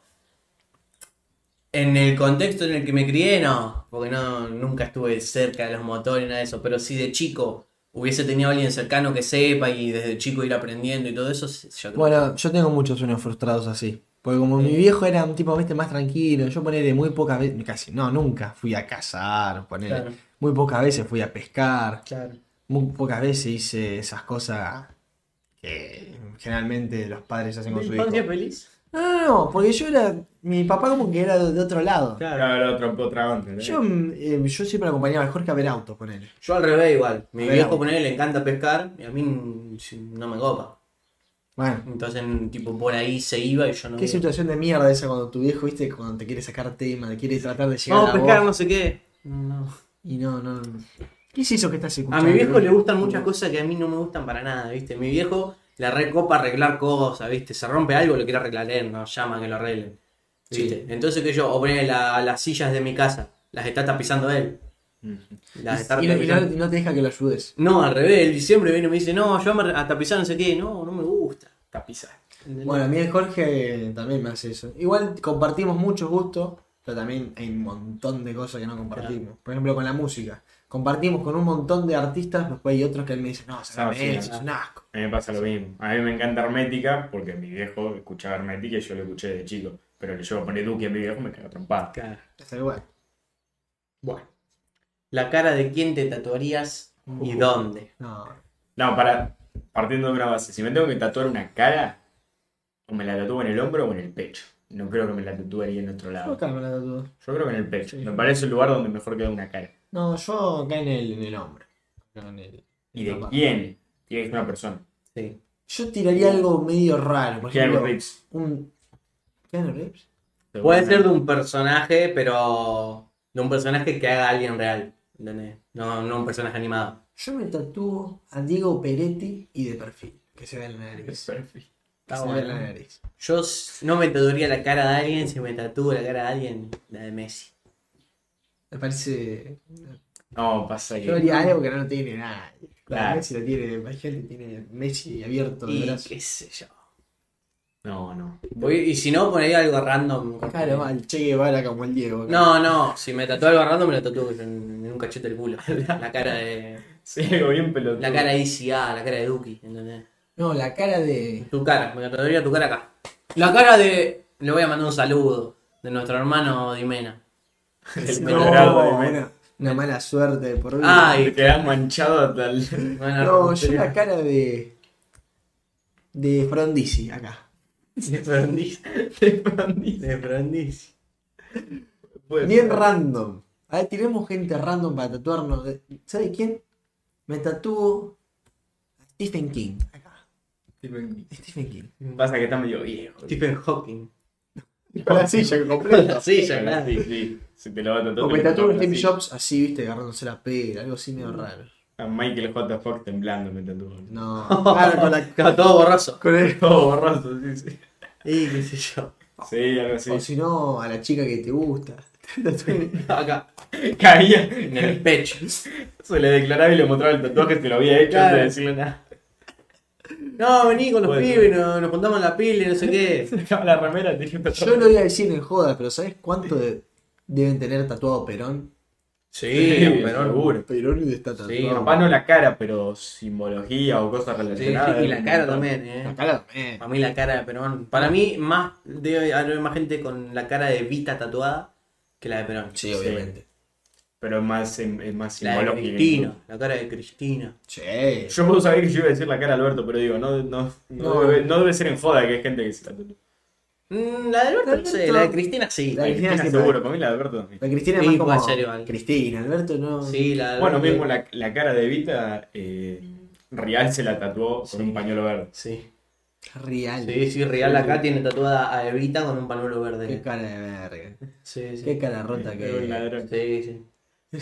Speaker 2: en el contexto en el que me crié, no, porque no, nunca estuve cerca de los motores, nada de eso, pero si de chico hubiese tenido a alguien cercano que sepa y desde chico ir aprendiendo y todo eso, sí, yo creo que
Speaker 1: Bueno, yo tengo muchos sueños frustrados así. Porque como mi viejo era un tipo, viste, más tranquilo, yo ponele muy pocas veces, casi, no, nunca fui a cazar, ponele.
Speaker 2: Claro.
Speaker 1: Muy pocas veces fui a pescar,
Speaker 2: Claro.
Speaker 1: muy pocas veces hice esas
Speaker 2: Ah.
Speaker 1: cosas que generalmente los padres hacen con su hijo.
Speaker 2: Infancia feliz.
Speaker 1: No, no, no, porque yo era, mi papá como que era de, de otro lado.
Speaker 2: Claro.
Speaker 3: Ahora otra, otra onda. ¿eh?
Speaker 1: Yo, mm, eh, yo siempre acompañaba a Jorge a ver autos, ponele.
Speaker 2: Yo al revés igual. Mi
Speaker 1: Pero-
Speaker 2: viejo ponele le encanta pescar y a mí mm, si- no me copa.
Speaker 1: Bueno,
Speaker 2: Entonces, tipo, por ahí se iba y yo no.
Speaker 1: qué
Speaker 2: iba.
Speaker 1: situación de mierda esa cuando tu viejo, viste, cuando te quiere sacar tema, te quiere tratar de llegar
Speaker 2: Vamos a
Speaker 1: a
Speaker 2: pescar,
Speaker 1: vos.
Speaker 2: no sé qué. No.
Speaker 1: Y no, no, no. ¿Qué es eso que estás
Speaker 2: A
Speaker 1: escuchando?
Speaker 2: mi viejo le gustan muchas cosas que a mí no me gustan para nada, ¿viste? Mi viejo la recopa arreglar cosas, ¿viste? Se rompe algo, lo quiere arreglar él, no llama que lo arreglen. ¿Viste? Entonces que yo, o ponele la- las sillas de mi casa, las está tapizando él.
Speaker 3: Mm.
Speaker 2: Las está
Speaker 1: Y no, y no-
Speaker 2: tapizando.
Speaker 1: no te deja que lo ayudes.
Speaker 2: No, al revés, él siempre viene y me dice, no, yo a tapizar no sé qué, no, no me gusta.
Speaker 3: Tapizar.
Speaker 2: ¿Entendés?
Speaker 1: Bueno, a mí el Jorge también me hace eso. Igual compartimos muchos gustos, pero también hay un montón de cosas que no compartimos. Por ejemplo, con la música. Compartimos con un montón de artistas, después hay otros que él me dice, no, sacame
Speaker 3: sí,
Speaker 1: eso,
Speaker 3: ah.
Speaker 1: es un asco.
Speaker 3: A mí me pasa lo mismo. A mí me encanta Hermética porque mi viejo escuchaba Hermética y yo lo escuché de chico. Pero que yo poner Duque a mi viejo me cago trompada.
Speaker 2: Claro.
Speaker 1: Está igual.
Speaker 2: Bueno. La cara de quién te tatuarías y
Speaker 3: Uh.
Speaker 2: dónde.
Speaker 1: No.
Speaker 3: No, para. Partiendo de una base, si me tengo que tatuar una cara, o me la tatúo en el hombro o en el pecho. No creo que me la tatúe ahí en otro lado.
Speaker 1: Yo acá me la tatúo.
Speaker 3: Yo creo que en el pecho.
Speaker 1: Sí.
Speaker 3: Me parece el lugar donde mejor queda una cara.
Speaker 1: No, yo acá en el, en el hombro. Acá en el-
Speaker 3: ¿Y
Speaker 1: en
Speaker 3: de
Speaker 1: la mano.
Speaker 3: quién? Tiene que ser una persona.
Speaker 2: Sí.
Speaker 1: Yo tiraría algo medio raro, por
Speaker 3: Keanu
Speaker 1: ejemplo.
Speaker 3: Reeves.
Speaker 1: Un... ¿Keanu Reeves?
Speaker 2: Puede ser de un personaje, pero de un personaje que haga alguien real. ¿entendés? No, no un personaje animado.
Speaker 1: Yo me tatúo a Diego Peretti y de perfil, que se ve en la nariz. Que
Speaker 3: Perfecto.
Speaker 1: se ve en la nariz.
Speaker 2: Yo s- no me tatuaría la cara de alguien, si me tatúo la cara de alguien, la de Messi.
Speaker 1: Me parece.
Speaker 3: No, pasa que.
Speaker 1: Yo haría
Speaker 2: Eh,
Speaker 1: algo que no lo tiene nadie.
Speaker 3: Claro.
Speaker 1: Claro. Messi lo tiene, imagínate, tiene Messi abierto el
Speaker 2: Y
Speaker 1: brazo.
Speaker 2: qué sé yo.
Speaker 3: No, no.
Speaker 2: Voy- y si no, ponería algo random.
Speaker 1: Claro, al Che Guevara como el Diego.
Speaker 2: No, no, si me tatúo algo random, me lo tatúo en, en un cachete del culo. La cara de.
Speaker 3: Sí, algo bien pelotudo.
Speaker 2: La cara de ICA, la cara de Duki, ¿entendés?
Speaker 1: No, la cara de.
Speaker 2: Tu cara, me tatuaría tu cara acá. La cara de. Le voy a mandar un saludo de nuestro hermano Dimena.
Speaker 3: Del
Speaker 1: No,
Speaker 3: Colorado de Mena.
Speaker 1: una, una mala suerte por hoy.
Speaker 2: Ay.
Speaker 3: Te quedas manchado hasta el.
Speaker 2: Bueno,
Speaker 1: no, yo la cara de. de Frondizi acá.
Speaker 2: De Frondizi.
Speaker 3: Te prendiste.
Speaker 2: De Frondizi.
Speaker 3: Puede
Speaker 1: Bien
Speaker 3: ser.
Speaker 1: random. A ver, tiremos gente random para tatuarnos. ¿Sabe quién? Me tatúo a Stephen King. Acá. Stephen King.
Speaker 3: Pasa que está medio viejo.
Speaker 2: Stephen Hawking.
Speaker 1: Con la silla completa.
Speaker 2: Sí, ya
Speaker 3: Bueno,
Speaker 2: claro.
Speaker 3: sí, sí. Si te lo va a tatuar.
Speaker 1: O me
Speaker 3: te lo
Speaker 1: tatúo a
Speaker 3: tatúas
Speaker 1: Steve
Speaker 3: así.
Speaker 1: Jobs así, viste, agarrándose la pera, algo así medio raro.
Speaker 3: A Michael J. Fox temblando me tatuó.
Speaker 1: No, claro, con la.
Speaker 2: Estaba todo borroso.
Speaker 1: Con el-
Speaker 3: Todo borroso, sí, sí.
Speaker 2: Y qué sé yo.
Speaker 3: Sí, algo
Speaker 2: Oh,
Speaker 3: así.
Speaker 1: O si no, a la chica que te gusta.
Speaker 2: Acá.
Speaker 3: Caía.
Speaker 2: En el pecho.
Speaker 3: Se le declaraba y le mostraba el tatuaje que lo había hecho
Speaker 2: Claro.
Speaker 3: antes de decirle nada.
Speaker 2: No, vení con los
Speaker 3: Bueno.
Speaker 2: pibes, nos, nos juntamos en la pila y no sé qué.
Speaker 3: Se dejaba la remera, tenía un tatuaje.
Speaker 1: Yo lo voy a decir en joda, pero ¿sabes cuánto de- deben tener tatuado Perón?
Speaker 2: Sí, pero.
Speaker 3: seguro.
Speaker 1: Perón y está tatuado.
Speaker 2: Sí,
Speaker 3: Capaz no la cara, pero simbología o cosas
Speaker 2: Sí,
Speaker 3: relacionadas.
Speaker 2: y la cara también, eh.
Speaker 1: La cara, eh.
Speaker 2: Para mí la cara de Perón. Para mí más debe haber más gente con la cara de Vita tatuada que la de Perón.
Speaker 1: Sí, obviamente.
Speaker 3: Pero es más, em, es más
Speaker 2: La de
Speaker 3: simbológica.
Speaker 2: Cristina, la cara de Cristina.
Speaker 1: Che.
Speaker 3: Yo vos sabés que yo iba a decir la cara a Alberto, pero digo, no, no, no,
Speaker 1: No.
Speaker 3: Debe, no debe ser en joda que hay gente que se la tatúa.
Speaker 2: Mm, la de Alberto, no sé, la de Cristina sí.
Speaker 1: La de Cristina
Speaker 3: Cristina
Speaker 1: siempre.
Speaker 3: seguro, para mí la de Alberto también.
Speaker 1: La Cristina es
Speaker 2: Sí,
Speaker 1: más
Speaker 2: puede
Speaker 1: como.
Speaker 2: ser igual.
Speaker 1: Cristina, Alberto no.
Speaker 2: Sí, la de
Speaker 3: Bueno,
Speaker 2: Alberto.
Speaker 3: mismo la, la cara de Evita, eh, Real se la tatuó con
Speaker 2: Sí.
Speaker 3: un pañuelo verde.
Speaker 2: Sí.
Speaker 1: Real.
Speaker 2: Sí, sí, Real acá tiene tatuada a Evita con un panuelo verde.
Speaker 1: Qué cara de verga.
Speaker 2: Sí, sí.
Speaker 1: Qué cara rota
Speaker 3: Era Eh, un
Speaker 1: que.
Speaker 3: ladrón.
Speaker 2: Sí, sí.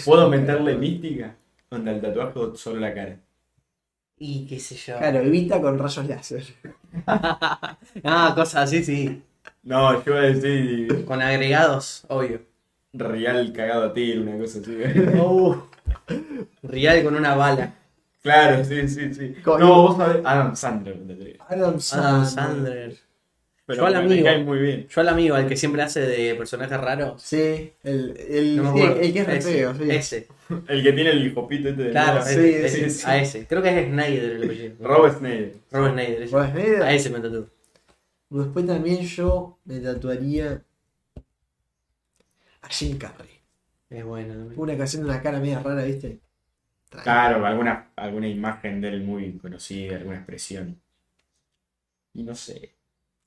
Speaker 3: ¿Puedo meterle mística? Onda el tatuaje o solo la cara.
Speaker 2: Y qué sé yo.
Speaker 1: Claro, evita con rayos láser.
Speaker 2: Ah, cosas así, sí.
Speaker 3: No, yo iba a decir
Speaker 2: Con agregados, obvio.
Speaker 3: real cagado a tiro, una cosa así.
Speaker 2: Uh, real con una bala.
Speaker 3: claro, sí, sí, sí.
Speaker 1: Con-
Speaker 3: No, vos sabés. Adam Sandler, me tendría.
Speaker 1: Adam
Speaker 2: Adam
Speaker 1: Sandler.
Speaker 2: Sandler.
Speaker 3: Pero
Speaker 2: Yo al
Speaker 3: me- me
Speaker 2: amigo.
Speaker 3: cae muy bien.
Speaker 2: Ah, Yo al amigo, al que siempre hace de personaje raro.
Speaker 1: Sí, el, el,
Speaker 2: No me
Speaker 1: sí,
Speaker 2: acuerdo.
Speaker 1: el que es re
Speaker 2: Ese,
Speaker 1: feo, sí.
Speaker 2: Ese,
Speaker 3: El que tiene el hipopito este de
Speaker 2: claro,
Speaker 3: mierda.
Speaker 1: Sí,
Speaker 2: ese,
Speaker 1: sí,
Speaker 2: ese,
Speaker 1: sí.
Speaker 2: a ese. Creo que es Snyder el apellido.
Speaker 3: Rob Snyder.
Speaker 2: Robert Snyder. ese.
Speaker 1: Rob Schneider.
Speaker 2: A ese me tatuó.
Speaker 1: Después también yo me tatuaría a Jim Carrey.
Speaker 2: Es bueno también.
Speaker 1: Una canción de una cara media rara, ¿viste? Tranqui.
Speaker 2: Ah.
Speaker 3: Claro, alguna, alguna imagen de él muy conocida, alguna expresión. Y no sé.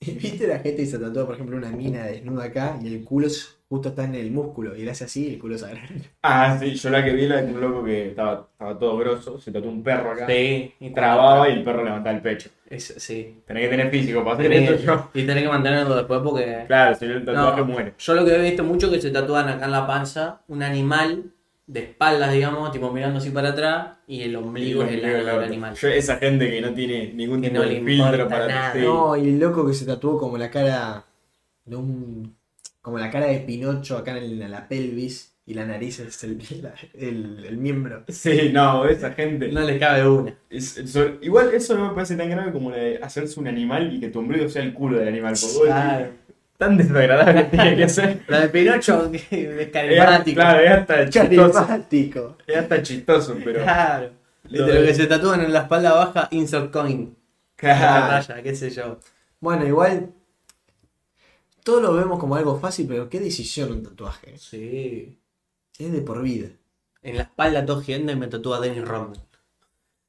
Speaker 1: ¿Viste la gente que se tatúa, por ejemplo, una mina desnuda acá y el culo es- justo está en el músculo? Y le hace así y el culo se abre.
Speaker 3: Ah, sí, yo la que vi la de un loco que estaba, estaba todo grosso, se tatuó un perro acá,
Speaker 2: Sí, y
Speaker 3: trababa y el perro levantaba el pecho.
Speaker 2: Eso, sí.
Speaker 3: Tenés que tener físico para hacer esto
Speaker 2: Tenés-
Speaker 3: yo.
Speaker 2: Eh, Y tenés que mantenerlo después porque.
Speaker 3: Claro, si no el tatuaje
Speaker 2: No,
Speaker 3: muere.
Speaker 2: Yo lo que he visto mucho es que se tatúan acá en la panza un animal de espaldas, digamos, tipo mirando así para atrás y el ombligo es el ano del animal.
Speaker 3: Yo, esa gente que no tiene ningún
Speaker 2: Que
Speaker 3: tipo
Speaker 2: no
Speaker 3: de
Speaker 2: le
Speaker 3: filtro
Speaker 2: importa
Speaker 3: para
Speaker 2: nada.
Speaker 3: sí.
Speaker 1: No, y el loco que se tatuó como la cara de un. como la cara de Pinocho acá en, el- en la pelvis y la nariz es el, la- el- el miembro.
Speaker 3: Sí, no, esa gente.
Speaker 2: No le cabe una.
Speaker 3: Es- es- igual eso no me parece tan grave como la de hacerse un animal y que tu ombligo sea el culo del animal. porque vos decís,
Speaker 2: Claro.
Speaker 3: tan desagradable tiene que ser.
Speaker 2: La de Pinocho que es
Speaker 3: Es hasta-
Speaker 2: carismático.
Speaker 3: claro, es hasta chistoso.
Speaker 1: Carismático.
Speaker 3: Es hasta chistoso, pero.
Speaker 2: Claro.
Speaker 3: Lo
Speaker 2: Lo,
Speaker 3: de-
Speaker 2: que se tatúan en la espalda baja, insert coin.
Speaker 3: Claro.
Speaker 2: La raya, qué sé yo.
Speaker 1: Bueno, igual. Todos lo vemos como algo fácil, pero qué decisión un tatuaje.
Speaker 2: Sí.
Speaker 1: Es de por vida.
Speaker 2: En la espalda todo y me tatúa Dennis Rodman.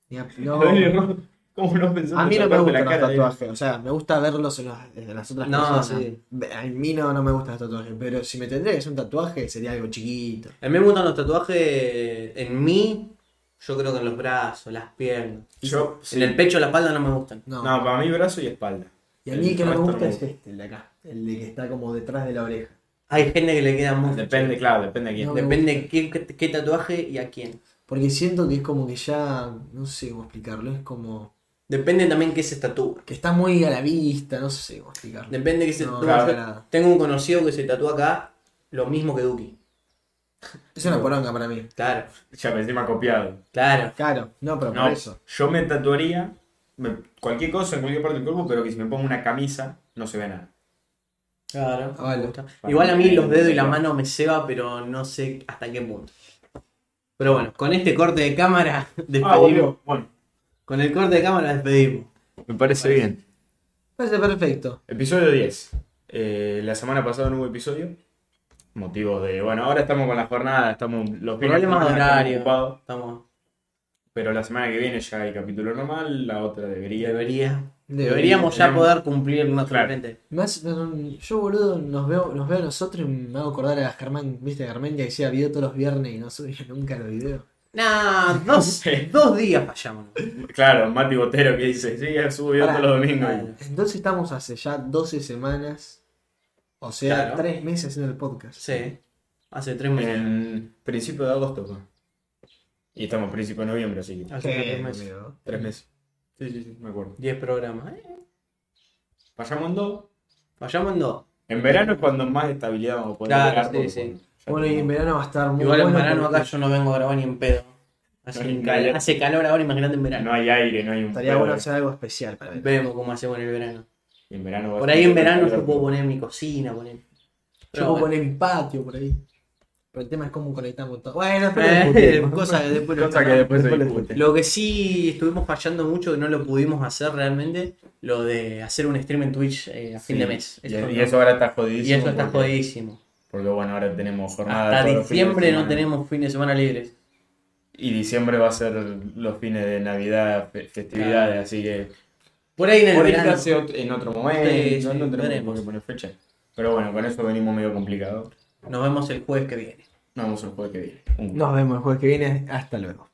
Speaker 1: Ni a- no-
Speaker 3: Dani Ro- ¿Cómo no pensó
Speaker 1: a mí no me
Speaker 3: tatuarte
Speaker 1: gustan los
Speaker 3: cara, eh?
Speaker 1: tatuajes, o sea, me gusta verlos en, las- en las otras
Speaker 2: No,
Speaker 1: personas.
Speaker 2: sí.
Speaker 1: A mí no, no me gustan los tatuajes, pero si me tendría que hacer un tatuaje sería algo chiquito.
Speaker 2: A mí me gustan los tatuajes en mí, yo creo que en los brazos, las piernas.
Speaker 3: Yo, sí.
Speaker 2: En el pecho, la espalda no me gustan.
Speaker 1: No.
Speaker 3: No, para mí brazo y espalda.
Speaker 1: Y a mí
Speaker 3: El
Speaker 1: el que no me
Speaker 3: resto
Speaker 1: gusta es este, el de acá. El de que está como detrás de la oreja.
Speaker 2: Hay gente que le queda mucho.
Speaker 3: Depende, claro, depende de quién.
Speaker 1: No.
Speaker 2: Depende qué, qué- qué tatuaje y a quién.
Speaker 1: Porque siento que es como que ya. No sé cómo explicarlo. Es como.
Speaker 2: Depende también qué se tatúa.
Speaker 1: Que está muy a la vista. No sé cómo explicarlo.
Speaker 2: Depende qué se
Speaker 1: No,
Speaker 2: tatúa.
Speaker 1: no,
Speaker 2: Yo
Speaker 1: nada.
Speaker 2: Tengo un conocido que se tatúa acá lo mismo que Duki.
Speaker 1: Es una poronga para mí.
Speaker 2: Claro,
Speaker 3: Ya me encima copiado.
Speaker 2: claro.
Speaker 1: Claro, no, pero
Speaker 3: No,
Speaker 1: por eso.
Speaker 3: yo me tatuaría me- cualquier cosa en cualquier parte del cuerpo, pero que si me pongo una camisa no se ve nada.
Speaker 2: Claro.
Speaker 1: Ah, vale.
Speaker 2: me gusta. Igual a mí los dedos y la mano me ceba, pero no sé hasta qué punto. Pero bueno, con este corte de cámara despedimos.
Speaker 3: Ah, bueno, bueno,
Speaker 2: Con el corte de cámara despedimos.
Speaker 3: me parece bien.
Speaker 1: Parece perfecto.
Speaker 3: Episodio 10. Eh, la semana pasada no hubo episodio. Motivos de, bueno, ahora estamos con la jornada, estamos los fines
Speaker 2: Problemas
Speaker 3: de
Speaker 2: de
Speaker 3: semana estamos
Speaker 2: horario.
Speaker 3: ocupados,
Speaker 2: Estamos.
Speaker 3: pero la semana que viene ya hay capítulo normal, la otra debería.
Speaker 2: Debería.
Speaker 1: Debería,
Speaker 2: Deberíamos ya
Speaker 3: tenemos-
Speaker 2: poder cumplir nuestro
Speaker 3: Claro.
Speaker 2: frente.
Speaker 1: Me hace- me- yo, boludo, nos veo, nos veo a nosotros y me hago acordar a Germán, viste, a Germán que hacía video todos los viernes y no subía nunca los videos.
Speaker 2: Nah, dos, dos días fallamos.
Speaker 3: Claro, Mati Botero que dice, sí, ya subo yo
Speaker 1: Pará.
Speaker 3: todos los domingos.
Speaker 2: Claro.
Speaker 1: Entonces estamos hace ya 12 semanas, o sea,
Speaker 2: Claro.
Speaker 1: 3 meses haciendo el podcast.
Speaker 2: Sí. Hace tres meses.
Speaker 3: En principio de agosto fue. Y estamos en principio de noviembre, así que.
Speaker 2: Hace tres
Speaker 1: Eh,
Speaker 2: meses.
Speaker 1: amigo.
Speaker 3: Tres meses. Sí, sí, sí, me acuerdo.
Speaker 2: Diez programas. ¿eh?
Speaker 3: Pasamos en dos.
Speaker 2: Fallamos en dos.
Speaker 3: En verano es cuando más estabilidad vamos a poder
Speaker 2: Claro,
Speaker 3: lograr,
Speaker 2: sí,
Speaker 3: porque,
Speaker 2: sí.
Speaker 3: ya
Speaker 1: Bueno, y en
Speaker 3: tenemos-
Speaker 1: verano va a estar muy
Speaker 2: Igual en
Speaker 1: bueno
Speaker 2: verano
Speaker 1: porque
Speaker 2: acá yo no vengo a grabar ni en pedo. Hace,
Speaker 3: No, ni en
Speaker 2: cal-
Speaker 3: calor.
Speaker 2: hace calor ahora, imagínate en verano.
Speaker 3: No hay aire, no hay un.
Speaker 1: Estaría
Speaker 3: pedo.
Speaker 1: bueno hacer algo especial para ver.
Speaker 2: Vemos cómo hacemos en el verano.
Speaker 3: Y en verano va a
Speaker 2: Por
Speaker 3: ser
Speaker 2: ahí en
Speaker 3: calor.
Speaker 2: verano yo puedo poner mi cocina, poner.
Speaker 1: Yo
Speaker 2: Pero
Speaker 1: puedo
Speaker 2: bueno.
Speaker 1: poner mi patio por ahí. Pero el tema es cómo conectamos todo. Bueno, después lo
Speaker 2: Eh,
Speaker 1: discutimos.
Speaker 2: cosas que después lo
Speaker 3: Cosa que después se
Speaker 1: Después lo
Speaker 3: discute.
Speaker 2: Lo que sí estuvimos fallando mucho, que no lo pudimos hacer realmente, lo de hacer un stream en Twitch eh, a fin
Speaker 3: Sí.
Speaker 2: de mes.
Speaker 3: Y,
Speaker 2: Eso
Speaker 3: y
Speaker 2: no-
Speaker 3: eso ahora está
Speaker 2: y
Speaker 3: jodidísimo.
Speaker 2: eso está
Speaker 3: porque-
Speaker 2: jodidísimo.
Speaker 3: Porque bueno, ahora tenemos jornada.
Speaker 2: Hasta
Speaker 3: todos los fines de
Speaker 2: diciembre no
Speaker 3: semana.
Speaker 2: tenemos fin de semana libres.
Speaker 3: Y diciembre va a ser los fines de Navidad, fe- festividades,
Speaker 2: Claro.
Speaker 3: así que.
Speaker 2: Por ahí en el
Speaker 3: Por ahí
Speaker 2: verano.
Speaker 3: hace ot- en otro momento,
Speaker 2: Sí, sí,
Speaker 3: no, no tenemos
Speaker 2: veremos.
Speaker 3: por qué poner fecha. Pero bueno, con eso venimos medio complicado.
Speaker 2: Nos vemos el jueves que viene.
Speaker 3: Nos vemos el jueves que viene. Un gusto.
Speaker 1: Nos vemos el jueves que viene. Hasta luego.